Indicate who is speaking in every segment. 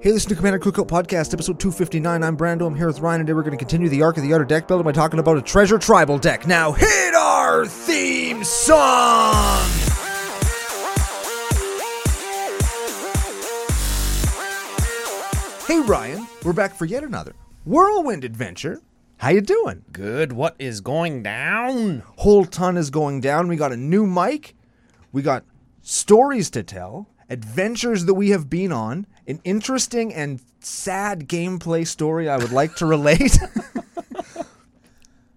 Speaker 1: Hey, listen to Commander Cookout Podcast, episode 259. I'm Brando. I'm here with Ryan, and today we're going to continue the arc of the Outer Deck build by talking about a treasure tribal deck. Now, hit our theme song! Hey, Ryan, we're back for yet another whirlwind adventure. How you doing?
Speaker 2: Good. What is going down?
Speaker 1: whole ton is going down. We got a new mic. We got stories to tell, adventures that we have been on, an interesting and sad gameplay story I would like to relate.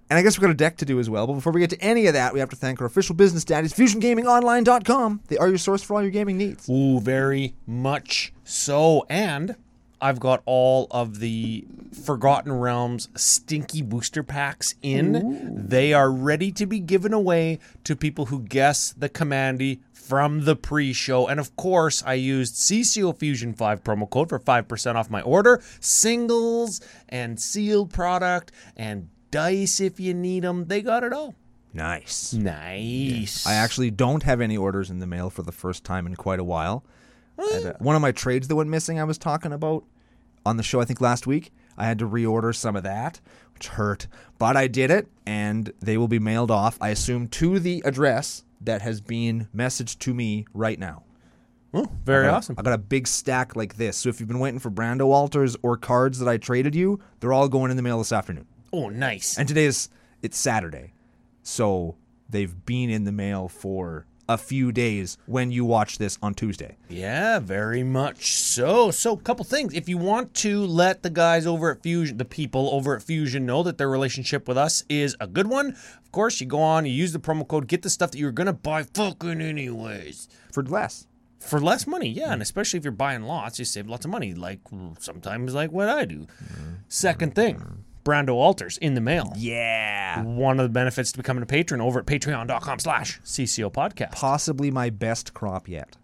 Speaker 1: And I guess we've got a deck to do as well. But before we get to any of that, we have to thank our official business daddies, FusionGamingOnline.com. They are your source for all your gaming needs.
Speaker 2: Ooh, very much so. And I've got all of the Forgotten Realms stinky booster packs in. They are ready to be given away to people who guess the commandy from the pre-show. And of course, I used CCO Fusion 5 promo code for 5% off my order. Singles and sealed product and dice if you need them. They got it all.
Speaker 1: Nice.
Speaker 2: Nice.
Speaker 1: I actually don't have any orders in the mail for the first time in quite a while. And, uh, one of my trades that went missing, I was talking about on the show, I think last week. I had to reorder some of that, which hurt, but I did it, and they will be mailed off, I assume, to the address that has been messaged to me right now.
Speaker 2: Oh, very awesome.
Speaker 1: I got a big stack like this. So if you've been waiting for Brando Walters or cards that I traded you, they're all going in the mail this afternoon.
Speaker 2: Oh, nice.
Speaker 1: And today is it's Saturday. So they've been in the mail for a few days when you watch this on Tuesday.
Speaker 2: Yeah, very much so. So, a couple things. If you want to let the guys over at Fusion, the people over at Fusion, know that their relationship with us is a good one, of course, you go on, you use the promo code, get the stuff that you're going to buy fucking anyways
Speaker 1: For less.
Speaker 2: for less money. Yeah, and especially if you're buying lots, you save lots of money, like sometimes like what I do. Second thing, Brando Alters in the mail.
Speaker 1: Yeah.
Speaker 2: One of the benefits to becoming a patron over at patreon.com slash CCO podcast.
Speaker 1: Possibly my best crop yet.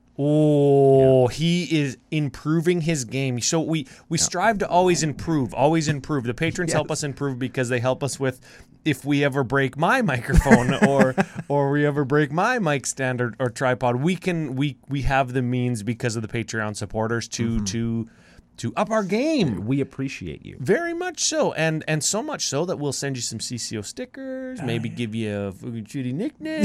Speaker 2: Oh, he is improving his game. So we we strive to always improve, always improve. The patrons help us improve because they help us with if we ever break my microphone or or we ever break my mic stand or, or tripod, we can we we have the means because of the Patreon supporters to to to up our game.
Speaker 1: We appreciate you.
Speaker 2: Very much so, and and so much so that we'll send you some CCO stickers, maybe give you a Fugichuti nickname,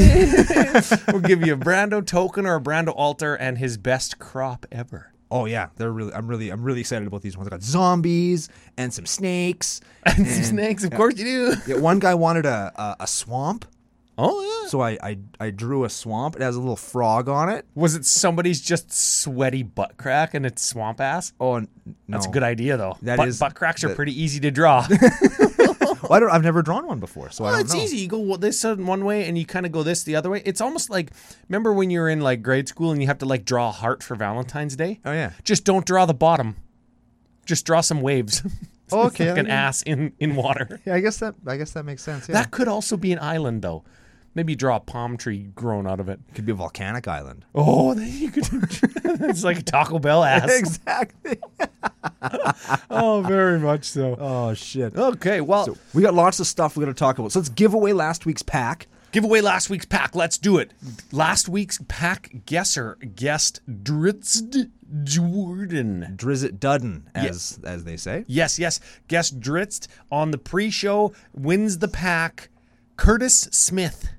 Speaker 2: we'll give you a Brando token or a Brando altar and his best crop ever.
Speaker 1: Oh yeah, they're really I'm really I'm really excited about these ones. I got zombies and some snakes.
Speaker 2: And some snakes, of course you do.
Speaker 1: yeah, one guy wanted a, a a swamp,
Speaker 2: Oh yeah.
Speaker 1: so I, I I drew a swamp. It has a little frog on it.
Speaker 2: Was it somebody's just sweaty butt crack and it's swamp ass?
Speaker 1: Oh, n- no.
Speaker 2: That's a good idea though.
Speaker 1: That
Speaker 2: butt,
Speaker 1: is-
Speaker 2: butt cracks are
Speaker 1: that-
Speaker 2: pretty easy to draw.
Speaker 1: Well, I don't, I've never drawn one before, so I
Speaker 2: Well,
Speaker 1: don't
Speaker 2: it's
Speaker 1: know.
Speaker 2: easy. You go well, this in one way, and you kind of go this the other way. It's almost like remember when you were in like grade school and you have to like draw a heart for Valentine's Day.
Speaker 1: Oh, yeah.
Speaker 2: Just don't draw the bottom. Just draw some waves.
Speaker 1: Oh, okay.
Speaker 2: like an ass in in water.
Speaker 1: Yeah, I guess that I guess that makes sense. Yeah.
Speaker 2: That could also be an island though. Maybe draw a palm tree grown out of it.
Speaker 1: could be a volcanic island.
Speaker 2: Oh, then you could. it's like Taco Bell ass.
Speaker 1: Exactly.
Speaker 2: oh, very much so.
Speaker 1: Oh shit.
Speaker 2: Okay, well,
Speaker 1: We got lots of stuff we got to talk about. So let's give away last week's pack.
Speaker 2: Give away last week's pack. Let's do it. Last week's pack guesser guessed Dritz Jordan.
Speaker 1: Drizzt Dudden, as as they say.
Speaker 2: Yes, yes. Guest Dritz on the pre-show wins the pack. Curtis Smith.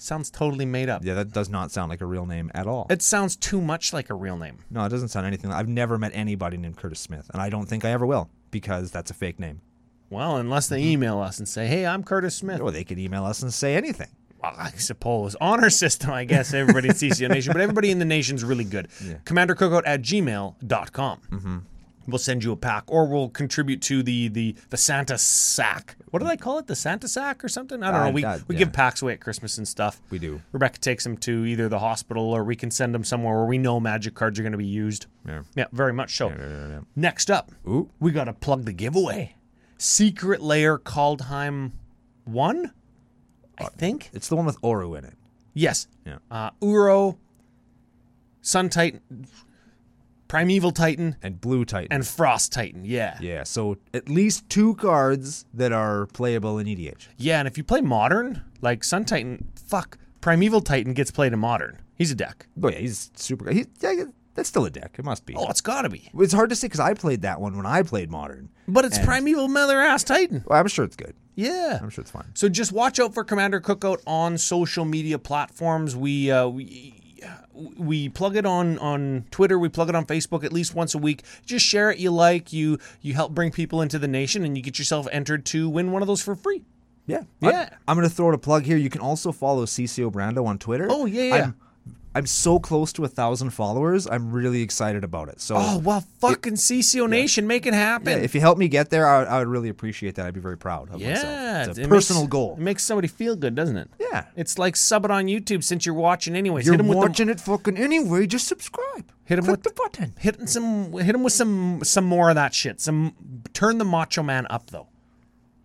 Speaker 2: Sounds totally made up.
Speaker 1: Yeah, that does not sound like a real name at all.
Speaker 2: It sounds too much like a real name.
Speaker 1: no, it doesn't sound anything. I've never met anybody named Curtis Smith, and I don't think I ever will because that's a fake name.
Speaker 2: Well, unless they email us and say, "Hey, I'm Curtis Smith."
Speaker 1: Or they could email us and say anything.
Speaker 2: Well, I suppose honor system. I guess everybody in CCO Nation, but everybody in the nation's really good. CommanderCookout at gmail.com. Mm-hmm. We'll send you a pack, or we'll contribute to the the the Santa sack. What did I call it? The Santa sack or something? I don't
Speaker 1: Uh,
Speaker 2: know. We
Speaker 1: that-
Speaker 2: we
Speaker 1: yeah.
Speaker 2: give packs away at Christmas and stuff.
Speaker 1: We do.
Speaker 2: Rebecca takes them to either the hospital, or we can send them somewhere where we know magic cards are going to be used.
Speaker 1: Yeah.
Speaker 2: Yeah, very much so. Next up,
Speaker 1: Ooh.
Speaker 2: we got to plug the giveaway. Secret Layer Kaldheim One, I think.
Speaker 1: It's the one with Oru in it.
Speaker 2: Yes.
Speaker 1: Yeah.
Speaker 2: Uh, Uro, Sun Titan, Primeval Titan,
Speaker 1: And Blue Titan.
Speaker 2: and Frost Titan. Yeah. yeah.
Speaker 1: yeah, so at least two cards that are playable in E EDH.
Speaker 2: and if you play Modern, like Sun Titan, fuck, Primeval Titan gets played in Modern. He's a deck.
Speaker 1: Oh yeah, he's super. He's, yeah, That's still a deck. It must be.
Speaker 2: Oh, it's got to be.
Speaker 1: It's hard to say because I played that one when I played Modern.
Speaker 2: But it's Primeval Mother Ass Titan.
Speaker 1: Well, I'm sure it's good.
Speaker 2: Yeah.
Speaker 1: I'm sure it's fine.
Speaker 2: So just watch out for Commander Cookout on social media platforms. We uh, we we plug it on on Twitter. We plug it on Facebook at least once a week. Just share it. You like you you help bring people into the nation, and you get yourself entered to win one of those for free.
Speaker 1: Yeah.
Speaker 2: Yeah.
Speaker 1: I'm, going to throw it a plug here. You can also follow CC Obrando on Twitter.
Speaker 2: Oh, yeah, yeah.
Speaker 1: I'm, I'm so close to a thousand followers. I'm really excited about it. So
Speaker 2: Oh well, fucking CCO Nation, make it
Speaker 1: yeah,
Speaker 2: happen.
Speaker 1: if you help me get there, I, I would really appreciate that. I'd be very proud of
Speaker 2: Yeah,
Speaker 1: myself. It's a
Speaker 2: it
Speaker 1: personal
Speaker 2: makes,
Speaker 1: goal.
Speaker 2: It makes somebody feel good, doesn't it?
Speaker 1: Yeah.
Speaker 2: It's like sub it on YouTube since you're watching anyways.
Speaker 1: You're
Speaker 2: hit him with the-
Speaker 1: watching it fucking anyway. Just subscribe.
Speaker 2: Hit 'em
Speaker 1: Click
Speaker 2: with-
Speaker 1: the button.
Speaker 2: hitting some hit him with some some more of that shit. Some turn the macho man up though.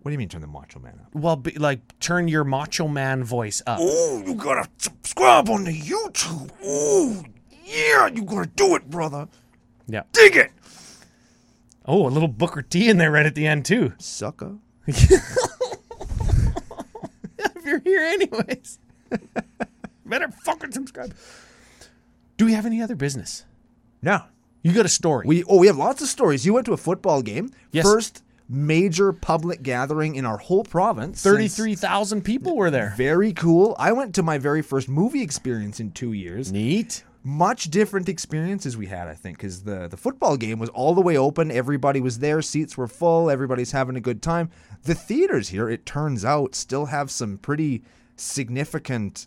Speaker 1: What do you mean turn the Macho Man up?
Speaker 2: Well, be, like turn your macho man voice up.
Speaker 1: Oh, you gotta subscribe on the YouTube. Oh, yeah, you gotta do it, brother.
Speaker 2: Yeah.
Speaker 1: Dig it,
Speaker 2: Oh, a little Booker T in there right at the end too.
Speaker 1: sucker.
Speaker 2: if you're here anyways. Better fucking subscribe. Do we have any other business?
Speaker 1: No,
Speaker 2: You got a story.
Speaker 1: we oh we have lots of stories. You went to a football game.
Speaker 2: Yes.
Speaker 1: First major public gathering in our whole province. since-
Speaker 2: 33,000 people were there.
Speaker 1: Very cool. I went to my very first movie experience in two years.
Speaker 2: Neat.
Speaker 1: much different experiences we had, I think, because the, the football game was all the way open. Everybody was there, seats were full, everybody's having a good time. The theaters here, it turns out, still have some pretty significant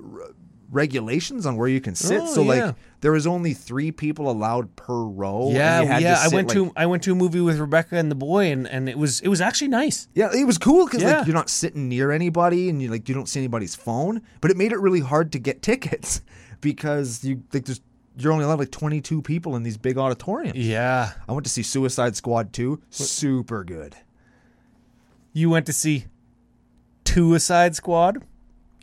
Speaker 1: r- regulations on where you can sit.
Speaker 2: Oh,
Speaker 1: so,
Speaker 2: yeah.
Speaker 1: like, there was only three people allowed per row. and you
Speaker 2: Yeah,
Speaker 1: had
Speaker 2: yeah. I
Speaker 1: sit,
Speaker 2: went
Speaker 1: like-
Speaker 2: to I went to a movie with Rebecca and the boy, and, and it was it was actually nice.
Speaker 1: Yeah, it was cool because
Speaker 2: Yeah.
Speaker 1: like you're not sitting near anybody and you like you don't see anybody's phone, but it made it really hard to get tickets because you like there's you're only allowed like 22 people in these big auditoriums.
Speaker 2: Yeah,
Speaker 1: I went to see Suicide Squad 2. Super good.
Speaker 2: you went to see Suicide Squad.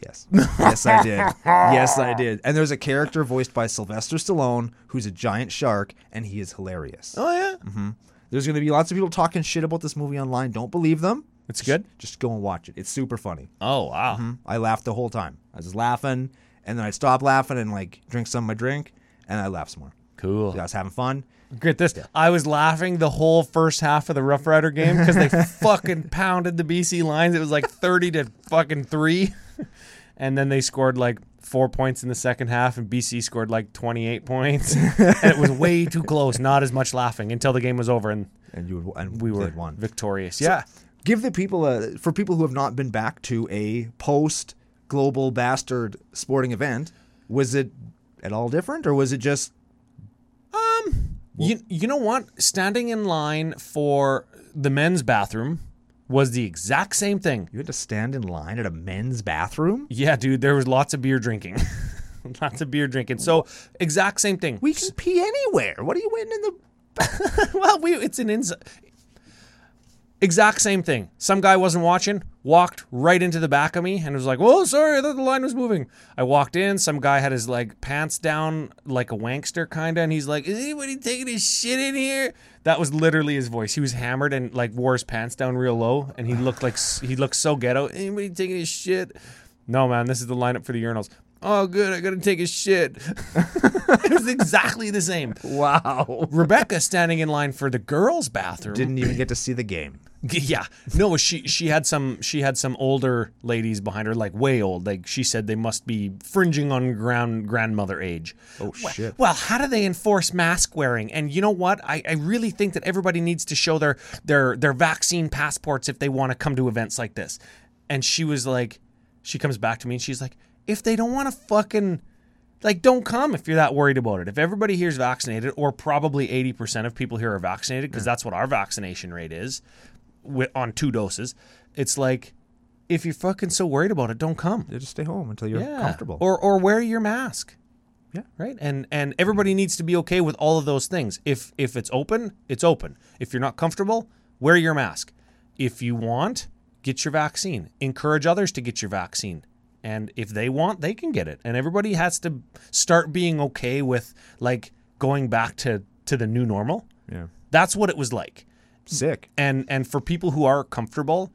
Speaker 1: Yes. Yes, I did. Yes, I did. And there's a character voiced by Sylvester Stallone who's a giant shark, and he is hilarious.
Speaker 2: Oh yeah,
Speaker 1: There's going to be lots of people talking shit about this movie online. Don't believe them.
Speaker 2: it's good.
Speaker 1: Just go and watch it. It's super funny.
Speaker 2: Oh wow,
Speaker 1: I laughed the whole time. I was just laughing, and then I'd stop laughing and like drink some of my drink, and I laughed some more.
Speaker 2: cool.
Speaker 1: I was having fun.
Speaker 2: Get this. I was laughing the whole first half of the Rough Rider game because they fucking pounded the BC lines. It was like thirty to fucking three, and then they scored like four points in the second half, and BC scored like twenty eight points, and it was way too close. Not as much laughing until the game was over, and
Speaker 1: And you would, and
Speaker 2: we were
Speaker 1: played one.
Speaker 2: victorious. Yeah.
Speaker 1: give the people a for people who have not been back to a post global bastard sporting event was it at all different or was it just
Speaker 2: You, you know what? Standing in line for the men's bathroom was the exact same thing.
Speaker 1: you had to stand in line at a men's bathroom
Speaker 2: Yeah, dude, there was lots of beer drinking. lots of beer drinking. So, exact same thing.
Speaker 1: we can pee anywhere what are you waiting in the
Speaker 2: well, we it's an inside exact same thing. Some guy wasn't watching, walked right into the back of me and was like, "Whoa, sorry, I thought the line was moving." I walked in, some guy had his like pants down like a wankster kinda, and he's like, "Is anybody taking his shit in here?" That was literally his voice. He was hammered and like wore his pants down real low, and he looked like s- he looked so ghetto. Anybody taking his shit? No, man, this is the lineup for the urinals. Oh, good, I gotta take his shit. it was exactly the same.
Speaker 1: wow
Speaker 2: Rebecca standing in line for the girls' bathroom.
Speaker 1: didn't even get to see the game
Speaker 2: yeah, no, she she had some she had some older ladies behind her, like way old. Like she said, they must be fringing on grand grandmother age.
Speaker 1: oh shit
Speaker 2: Well, how do they enforce mask wearing? And you know what? I, I really think that everybody needs to show their their their vaccine passports if they want to come to events like this. And she was like, she comes back to me and she's like, if they don't want to fucking like don't come if you're that worried about it. If everybody here is vaccinated, or probably 80% of people here are vaccinated, because that's what our vaccination rate is wi on two doses, it's like, if you're fucking so worried about it, don't come
Speaker 1: you just stay home until you're
Speaker 2: yeah.
Speaker 1: comfortable
Speaker 2: or or wear your mask
Speaker 1: Yeah.
Speaker 2: right and and everybody needs to be okay with all of those things if if it's open it's open if you're not comfortable wear your mask if you want get your vaccine encourage others to get your vaccine and if they want they can get it and everybody has to start being okay with like going back to to the new normal
Speaker 1: yeah
Speaker 2: that's what it was like
Speaker 1: sick
Speaker 2: and and for people who are comfortable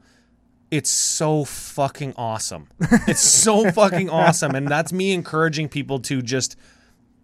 Speaker 2: it's so fucking awesome it's so fucking awesome and that's me encouraging people to just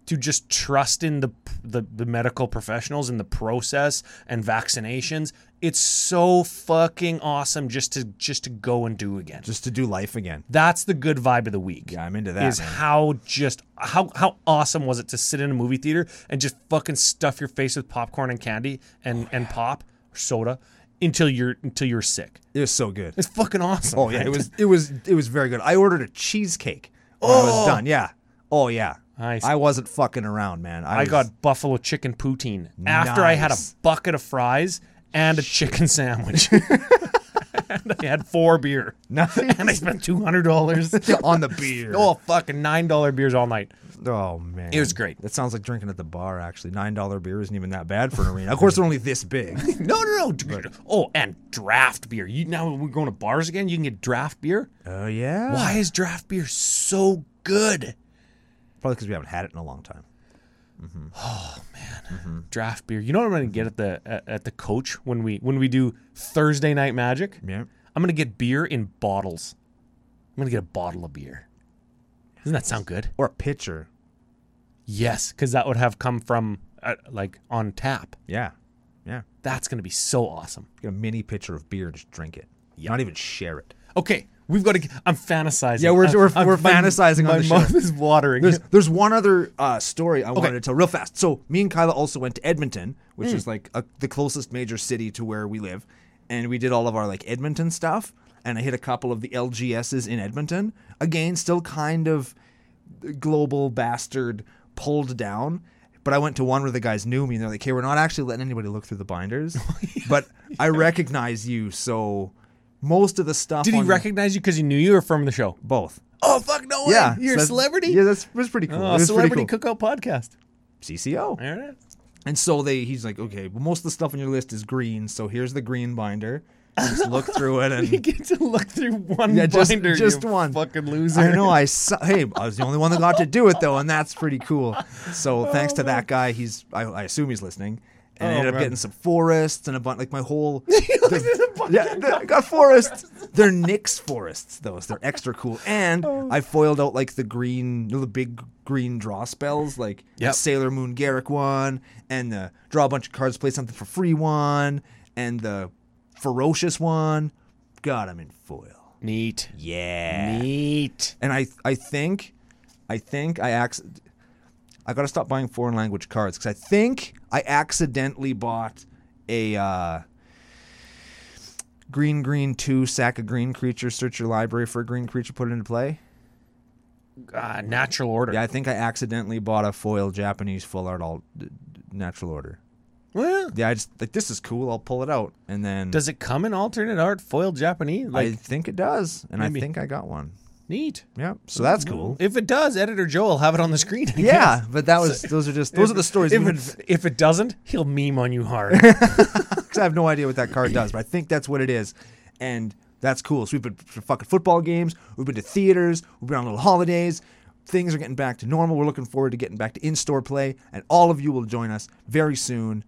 Speaker 2: to just trust in the, the the medical professionals and the process and vaccinations. It's so fucking awesome just to just to go and do again.
Speaker 1: just to do life again.
Speaker 2: That's the good vibe of the week.
Speaker 1: Yeah, I'm into that,
Speaker 2: Is
Speaker 1: man.
Speaker 2: how just how how awesome was it to sit in a movie theater and just fucking stuff your face with popcorn and candy
Speaker 1: Oh,
Speaker 2: and and pop or soda until you're until you're sick.
Speaker 1: It was so good.
Speaker 2: It's fucking awesome.
Speaker 1: Oh yeah,
Speaker 2: right?
Speaker 1: it was it was it was very good. I ordered a cheesecake. When I was done. Yeah. Oh yeah.
Speaker 2: Nice.
Speaker 1: I wasn't fucking around, man. I,
Speaker 2: I
Speaker 1: was-
Speaker 2: got buffalo chicken poutine after I had a
Speaker 1: Nice.
Speaker 2: bucket of fries and a chicken sandwich. and I had four beer. And I spent two hundred dollars.
Speaker 1: on the beer.
Speaker 2: oh fucking nine dollar beers all night.
Speaker 1: Oh man,
Speaker 2: It was great.
Speaker 1: That sounds like drinking at the bar. Actually, nine dollar beer isn't even that bad for an arena. Of course, they're only this big.
Speaker 2: No, no, no. d- Oh, and draft beer. You now we're going to bars again. You can get draft beer.
Speaker 1: Oh yeah.
Speaker 2: Why is draft beer so good?
Speaker 1: Probably because we haven't had it in a long time.
Speaker 2: Draft beer. You know what I'm going to get at the at, at the coach when we when we do Thursday night magic.
Speaker 1: Yeah.
Speaker 2: I'm going to get beer in bottles. I'm going to get a bottle of beer. Doesn't that sound good?
Speaker 1: Or a pitcher.
Speaker 2: Yes, because that would have come from uh, like on tap.
Speaker 1: Yeah. Yeah.
Speaker 2: That's going to be so awesome.
Speaker 1: Get a mini pitcher of beer and just drink it. Not even share it.
Speaker 2: Okay, we've got to. g- I'm fantasizing.
Speaker 1: Yeah, we're-
Speaker 2: I'm-
Speaker 1: we're-
Speaker 2: I'm-
Speaker 1: we're
Speaker 2: my-
Speaker 1: fantasizing on
Speaker 2: My
Speaker 1: the show.
Speaker 2: mouth is watering.
Speaker 1: There's there's one other uh, story I wanted to tell real fast. So me and Kyla also went to Edmonton, which
Speaker 2: Hmm.
Speaker 1: is like a, the closest major city to where we live, and we did all of our like Edmonton stuff. And I hit a couple of the LGSs in Edmonton. Again, still kind of global bastard pulled down. But I went to one where the guys knew me, and they're like, "Hey, we're not actually letting anybody look through the binders,
Speaker 2: Oh,
Speaker 1: but I recognize you." So most of the stuff
Speaker 2: Did he
Speaker 1: on-
Speaker 2: recognize you because he knew you or from the show?
Speaker 1: both?
Speaker 2: Oh fuck no way!
Speaker 1: Yeah,
Speaker 2: you're
Speaker 1: so
Speaker 2: a
Speaker 1: that's-
Speaker 2: celebrity.
Speaker 1: Yeah, that's, that's pretty cool.
Speaker 2: oh,
Speaker 1: It was pretty
Speaker 2: celebrity
Speaker 1: cool.
Speaker 2: cookout podcast.
Speaker 1: CCO.
Speaker 2: There it is.
Speaker 1: And so they, he's like, okay, well, most of the stuff on your list is green, so here's the green binder. Just look through it,
Speaker 2: You
Speaker 1: and
Speaker 2: get to look through one
Speaker 1: Yeah, just-
Speaker 2: binder.
Speaker 1: just
Speaker 2: you
Speaker 1: one.
Speaker 2: fucking loser.
Speaker 1: I know I su- hey, I was the only one that got to do it though, and that's pretty cool. So thanks to that guy, he's I, I assume he's listening, and I
Speaker 2: Oh,
Speaker 1: ended up
Speaker 2: man.
Speaker 1: getting some forests and a bunch like my whole.
Speaker 2: a bunch
Speaker 1: yeah, the- I got forests. They're Nix forests though, so they're extra cool. And I foiled out like the green, you know, the big green draw spells, like the
Speaker 2: Yep.
Speaker 1: Sailor Moon Garrick one, and the draw a bunch of cards, play something for free one, and the ferocious one. God, I'm in foil.
Speaker 2: Neat.
Speaker 1: Yeah.
Speaker 2: Neat.
Speaker 1: And I I think I think I acc- I gotta stop buying foreign language cards because I think I accidentally bought a uh, green green two sack of green creature. Search your library for a green creature. Put it into play.
Speaker 2: Uh, natural order.
Speaker 1: Yeah, I think I accidentally bought a foil Japanese full art all d- d- natural order.
Speaker 2: Well,
Speaker 1: Yeah, I just like this is cool. I'll pull it out and then
Speaker 2: does it come in alternate art, foil Japanese?
Speaker 1: I
Speaker 2: Like
Speaker 1: think it does, and I
Speaker 2: Maybe.
Speaker 1: think I got one.
Speaker 2: neat.
Speaker 1: Yeah, so that's cool.
Speaker 2: If it does, editor Joe will have it on the screen. I guess.
Speaker 1: Yeah, but that was those are just those are the stories.
Speaker 2: Mm-hmm. If
Speaker 1: Even-
Speaker 2: it, if it doesn't, he'll meme on you hard.
Speaker 1: because I have no idea what that card does, but I think that's what it is, and that's cool. So we've been to fucking football games, we've been to theaters, we've been on little holidays. Things are getting back to normal. We're looking forward to getting back to in-store play, and all of you will join us very soon.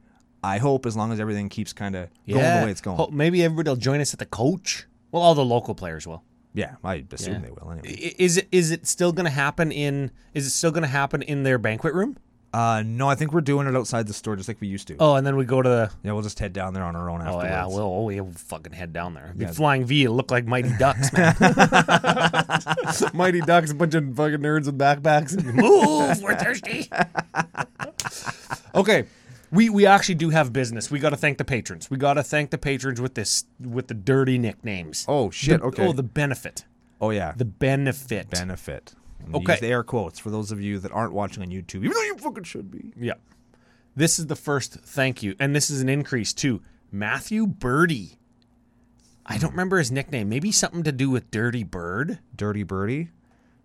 Speaker 1: I hope, as long as everything keeps kind of going the way it's going.
Speaker 2: Ho- maybe everybody will join us at the coach. Well, all the local players will.
Speaker 1: Yeah, I assume they will anyway.
Speaker 2: I- Is it is it still going to happen in? Is it still going to happen in their banquet room?
Speaker 1: Uh, no, I think we're doing it outside the store, just like we used to.
Speaker 2: Oh, and then we go to the.
Speaker 1: Yeah, we'll just head down there on our own
Speaker 2: Oh
Speaker 1: afterwards.
Speaker 2: yeah, we'll oh, yeah, we'll fucking head down there. Be flying V, it'll look like Mighty Ducks, man. Mighty Ducks, a bunch of fucking nerds with backpacks. Move, we're thirsty. okay. We, we actually do have business. We got to thank the patrons. We got to thank the patrons with this with the dirty nicknames.
Speaker 1: Oh, shit,
Speaker 2: The-
Speaker 1: okay.
Speaker 2: Oh, the benefit.
Speaker 1: oh yeah,
Speaker 2: The benefit.
Speaker 1: benefit. I'm gonna
Speaker 2: Okay.
Speaker 1: use the air quotes for those of you that aren't watching on YouTube, even though you fucking should be.
Speaker 2: Yeah. This is the first thank you, and this is an increase too. Matthew Birdie. I don't remember his nickname. Maybe something to do with Dirty Bird.
Speaker 1: Dirty Birdie,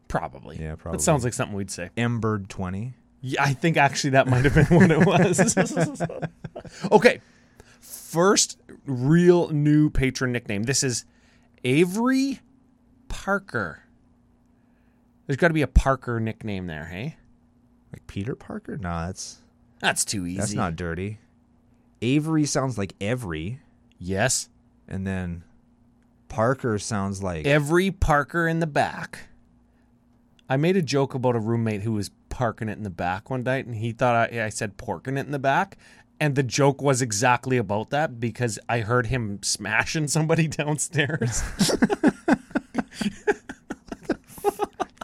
Speaker 2: Probably.
Speaker 1: Yeah, probably.
Speaker 2: That sounds like something we'd say.
Speaker 1: Embered 20.
Speaker 2: Yeah, I think actually that might have been what it was. okay. First real new patron nickname. This is Avery Parker. There's got to be a Parker nickname there, hey?
Speaker 1: Like Peter Parker? Nah, that's
Speaker 2: That's too easy.
Speaker 1: that's not dirty. Avery sounds like every,
Speaker 2: Yes.
Speaker 1: and then Parker sounds like
Speaker 2: Every Parker in the back. I made a joke about a roommate who was parking it in the back one night, and he thought I, I said porking it in the back. And the joke was exactly about that because I heard him smashing somebody downstairs.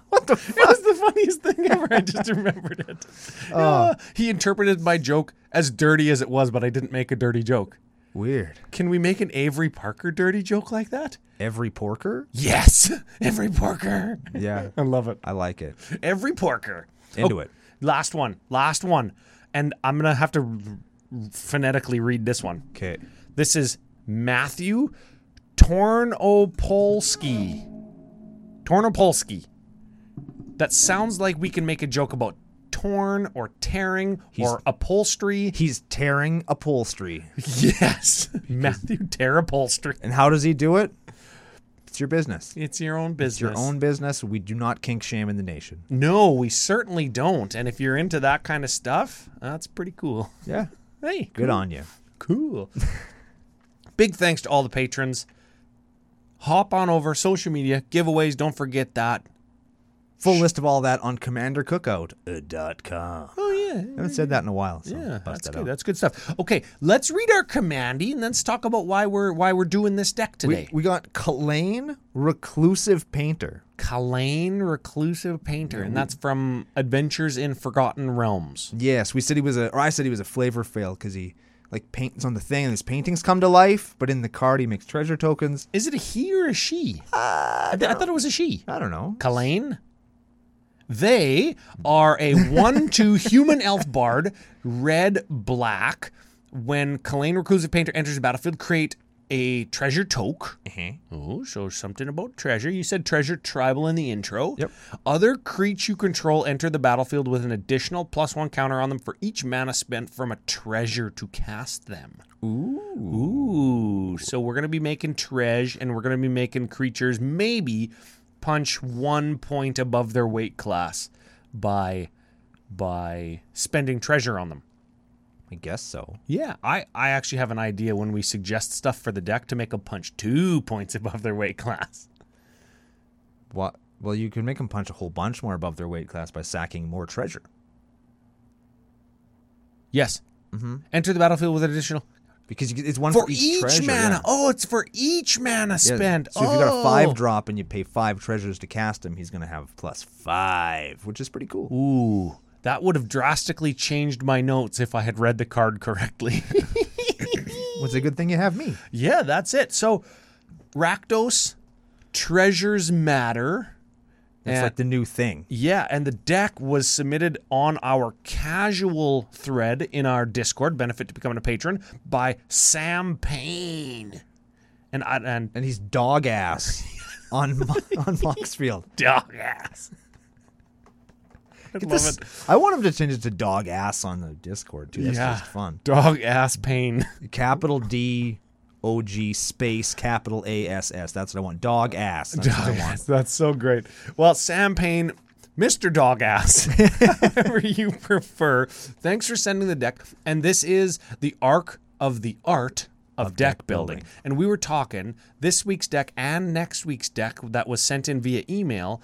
Speaker 1: What the
Speaker 2: it
Speaker 1: fuck?
Speaker 2: was the funniest thing ever. I just remembered it. Yeah, Uh, he interpreted my joke as dirty as it was, but I didn't make a dirty joke.
Speaker 1: Weird.
Speaker 2: Can we make an Avery Parker dirty joke like that?
Speaker 1: Every porker?
Speaker 2: Yes, Avery Parker.
Speaker 1: Yeah.
Speaker 2: I love it. Oh.
Speaker 1: I like it.
Speaker 2: Every porker.
Speaker 1: Into it.
Speaker 2: Last one. Last one. And I'm going to have to r- r- phonetically read this one.
Speaker 1: Okay.
Speaker 2: This is Matthew Tornopolsky. Tornopolsky. That sounds like we can make a joke about torn or tearing or upholstery.
Speaker 1: He's tearing upholstery.
Speaker 2: Yes. Matthew Tear Upholstery.
Speaker 1: And how does he do it? It's your business.
Speaker 2: It's your own business.
Speaker 1: Your own business. We do not kink shame in the nation.
Speaker 2: No, we certainly don't. And if you're into that kind of stuff, that's pretty cool.
Speaker 1: Yeah.
Speaker 2: Hey,
Speaker 1: Good on you.
Speaker 2: Cool. Big thanks to all the patrons. Hop on over social media giveaways. Don't forget that.
Speaker 1: Full list of all that on commandercookout.com.
Speaker 2: Oh yeah,
Speaker 1: haven't said that in a while. So
Speaker 2: yeah,
Speaker 1: bust
Speaker 2: that's
Speaker 1: that
Speaker 2: good.
Speaker 1: out.
Speaker 2: That's good stuff. Okay, let's read our commandy and let's talk about why we're why we're doing this deck today.
Speaker 1: We, we got Colleen Reclusive Painter.
Speaker 2: Kalain Reclusive Painter, and that's from Adventures in Forgotten Realms.
Speaker 1: Yes, we said he was a, or I said he was a flavor fail because he like paints on the thing and his paintings come to life, but in the card he makes treasure tokens.
Speaker 2: Is it a he or a she? I, th- I thought it was a she.
Speaker 1: I don't know.
Speaker 2: Kalain. They are a one-two human elf bard, red black. When Kalain Reclusive Painter enters the battlefield, create a treasure toke. Oh, so something about treasure. You said treasure tribal in the intro.
Speaker 1: Yep.
Speaker 2: Other creature you control enter the battlefield with an additional plus one counter on them for each mana spent from a treasure to cast them.
Speaker 1: Ooh.
Speaker 2: Ooh, so we're gonna be making treasure, and we're gonna be making creatures maybe punch one point above their weight class by by spending treasure on them.
Speaker 1: I guess so.
Speaker 2: Yeah, I, I actually have an idea when we suggest stuff for the deck to make them punch two points above their weight class.
Speaker 1: What? Well, you can make them punch a whole bunch more above their weight class by sacking more treasure.
Speaker 2: Yes. Mm-hmm. Enter the battlefield with an additional
Speaker 1: Because you, it's one
Speaker 2: for
Speaker 1: for
Speaker 2: each,
Speaker 1: treasure,
Speaker 2: mana.
Speaker 1: yeah.
Speaker 2: Oh, it's for each mana
Speaker 1: Yeah,
Speaker 2: spent.
Speaker 1: So if you got a five
Speaker 2: Oh.
Speaker 1: drop and you pay five treasures to cast him, he's gonna have plus five, which is pretty cool.
Speaker 2: Ooh, that would have drastically changed my notes if I had read the card correctly.
Speaker 1: What's a good thing you have me?
Speaker 2: Yeah, that's it. So, Rakdos, treasures matter.
Speaker 1: It's
Speaker 2: And-
Speaker 1: like the new thing.
Speaker 2: yeah, and the deck was submitted on our casual thread in our Discord. Benefit to becoming a patron by Sam Payne, and I, and
Speaker 1: And he's dog ass on Mo- on Moxfield.
Speaker 2: dog ass. I love
Speaker 1: This- I want him to change it to dog ass on the Discord too. That's
Speaker 2: Yeah.
Speaker 1: just fun.
Speaker 2: Dog ass pain.
Speaker 1: Capital D O G space capital A S S. That's what I want. Dog ass. That's what I want.
Speaker 2: That's so great. Well, Sam Payne, Mr. Dogass, however you prefer. Thanks for sending the deck. And this is the arc of the art of, deck, building. And we were talking this week's deck and next week's deck that was sent in via email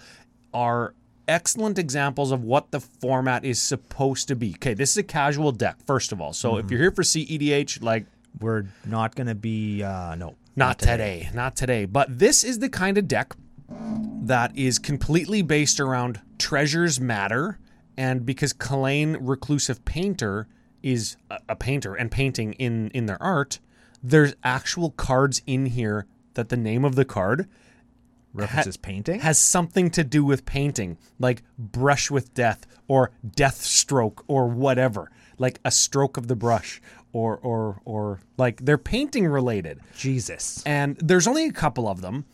Speaker 2: are excellent examples of what the format is supposed to be. Okay, this is a casual deck, first of all. So if you're here for CEDH, like
Speaker 1: We're not gonna be uh no.
Speaker 2: not today. Not today. But this is the kind of deck that is completely based around treasures matter. And because Kalain Reclusive Painter is a, a painter and painting in, in their art, there's actual cards in here that the name of the card
Speaker 1: References painting.
Speaker 2: has something to do with painting, like brush with death or death stroke or whatever, like a stroke of the brush or or or like they're painting related
Speaker 1: Jesus.
Speaker 2: and there's only a couple of them.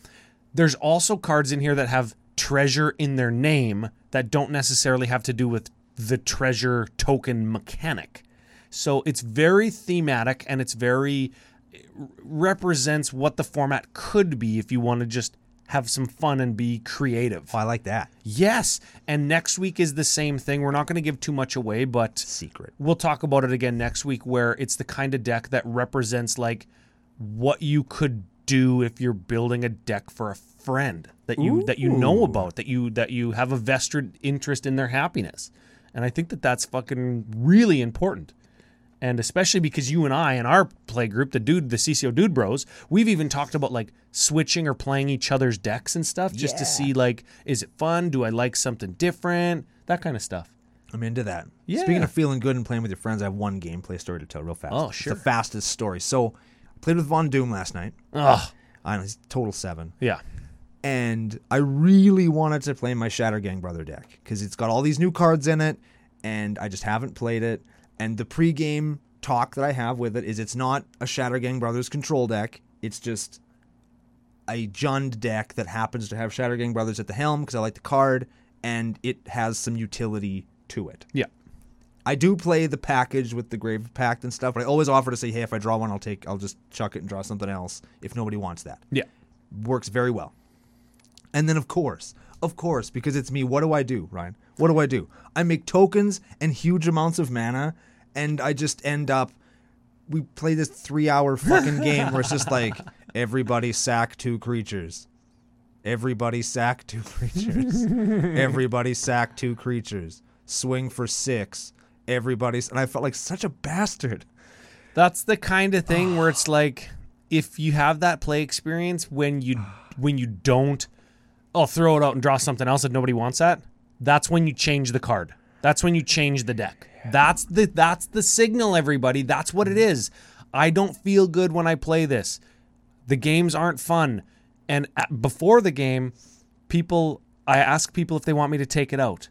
Speaker 2: There's also cards in here that have treasure in their name that don't necessarily have to do with the treasure token mechanic. So it's very thematic and it's very it represents what the format could be if you want to just have some fun and be creative.
Speaker 1: Oh, I like that.
Speaker 2: Yes, and next week is the same thing. We're not going to give too much away, but
Speaker 1: Secret.
Speaker 2: We'll talk about it again next week where it's the kind of deck that represents like what you could do if you're building a deck for a friend that you that you know about that you that you have a vested interest in their happiness. And I think that that's fucking really important. And especially because you and I in our play group, the dude, the CCO dude bros, we've even talked about like switching or playing each other's decks and stuff just to
Speaker 1: Yeah.
Speaker 2: see like, is it fun? Do I like something different? That kind of stuff.
Speaker 1: I'm into that.
Speaker 2: Yeah.
Speaker 1: Speaking of feeling good and playing with your friends, I have one gameplay story to tell real fast.
Speaker 2: Oh, sure.
Speaker 1: It's the fastest story. So, I played with Von Doom last night.
Speaker 2: Ugh.
Speaker 1: I know, he's total seven.
Speaker 2: Yeah.
Speaker 1: and I really wanted to play my Shatter Gang Brother deck because it's got all these new cards in it, and I just haven't played it. And the pregame talk that I have with it is it's not a Shatter Gang Brothers control deck. It's just a Jund deck that happens to have Shatter Gang Brothers at the helm because I like the card, and it has some utility to it.
Speaker 2: Yeah.
Speaker 1: I do play the package with the Grave Pact and stuff, but I always offer to say, hey, if I draw one, I'll take, I'll just chuck it and draw something else if nobody wants that
Speaker 2: Yeah.
Speaker 1: works very well. And then, of course, of course, because it's me, what do I do, Ryan? What do I do? I make tokens and huge amounts of mana, and I just end up. We play this three hour fucking game where it's just like, everybody sack two creatures. Everybody sack two creatures. Everybody sack two creatures. Swing for six. Everybody's. And I felt like such a bastard.
Speaker 2: That's the kind of thing where it's like if you have that play experience when you when you don't oh throw it out and draw something else that nobody wants that, that's when you change the card. That's when you change the deck. That's the that's the signal everybody. That's what it is. I don't feel good when I play this. The games aren't fun. And at, before the game, people I ask people if they want me to take it out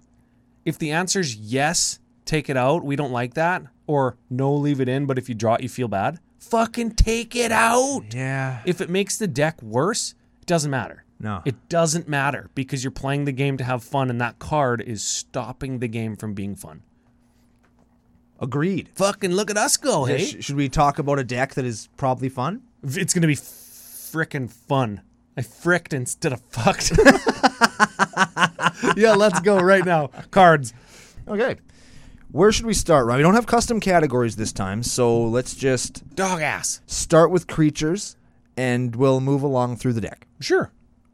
Speaker 2: if the answer's yes, take it out. We don't like that. Or no, leave it in. But if you draw it, you feel bad. Fucking take it out.
Speaker 1: Yeah.
Speaker 2: If it makes the deck worse, it doesn't matter.
Speaker 1: No.
Speaker 2: It doesn't matter because you're playing the game to have fun, and that card is stopping the game from being fun.
Speaker 1: Agreed.
Speaker 2: Fucking look at us go, hey!
Speaker 1: Sh- should we talk about a deck that is probably fun?
Speaker 2: it's gonna be frickin' fun. I fricked instead of fucked. yeah, let's go right now. Cards.
Speaker 1: Okay. Where should we start, Ryan? We don't have custom categories this time, so let's just
Speaker 2: Dog ass.
Speaker 1: start with creatures and we'll move along through the deck.
Speaker 2: Sure.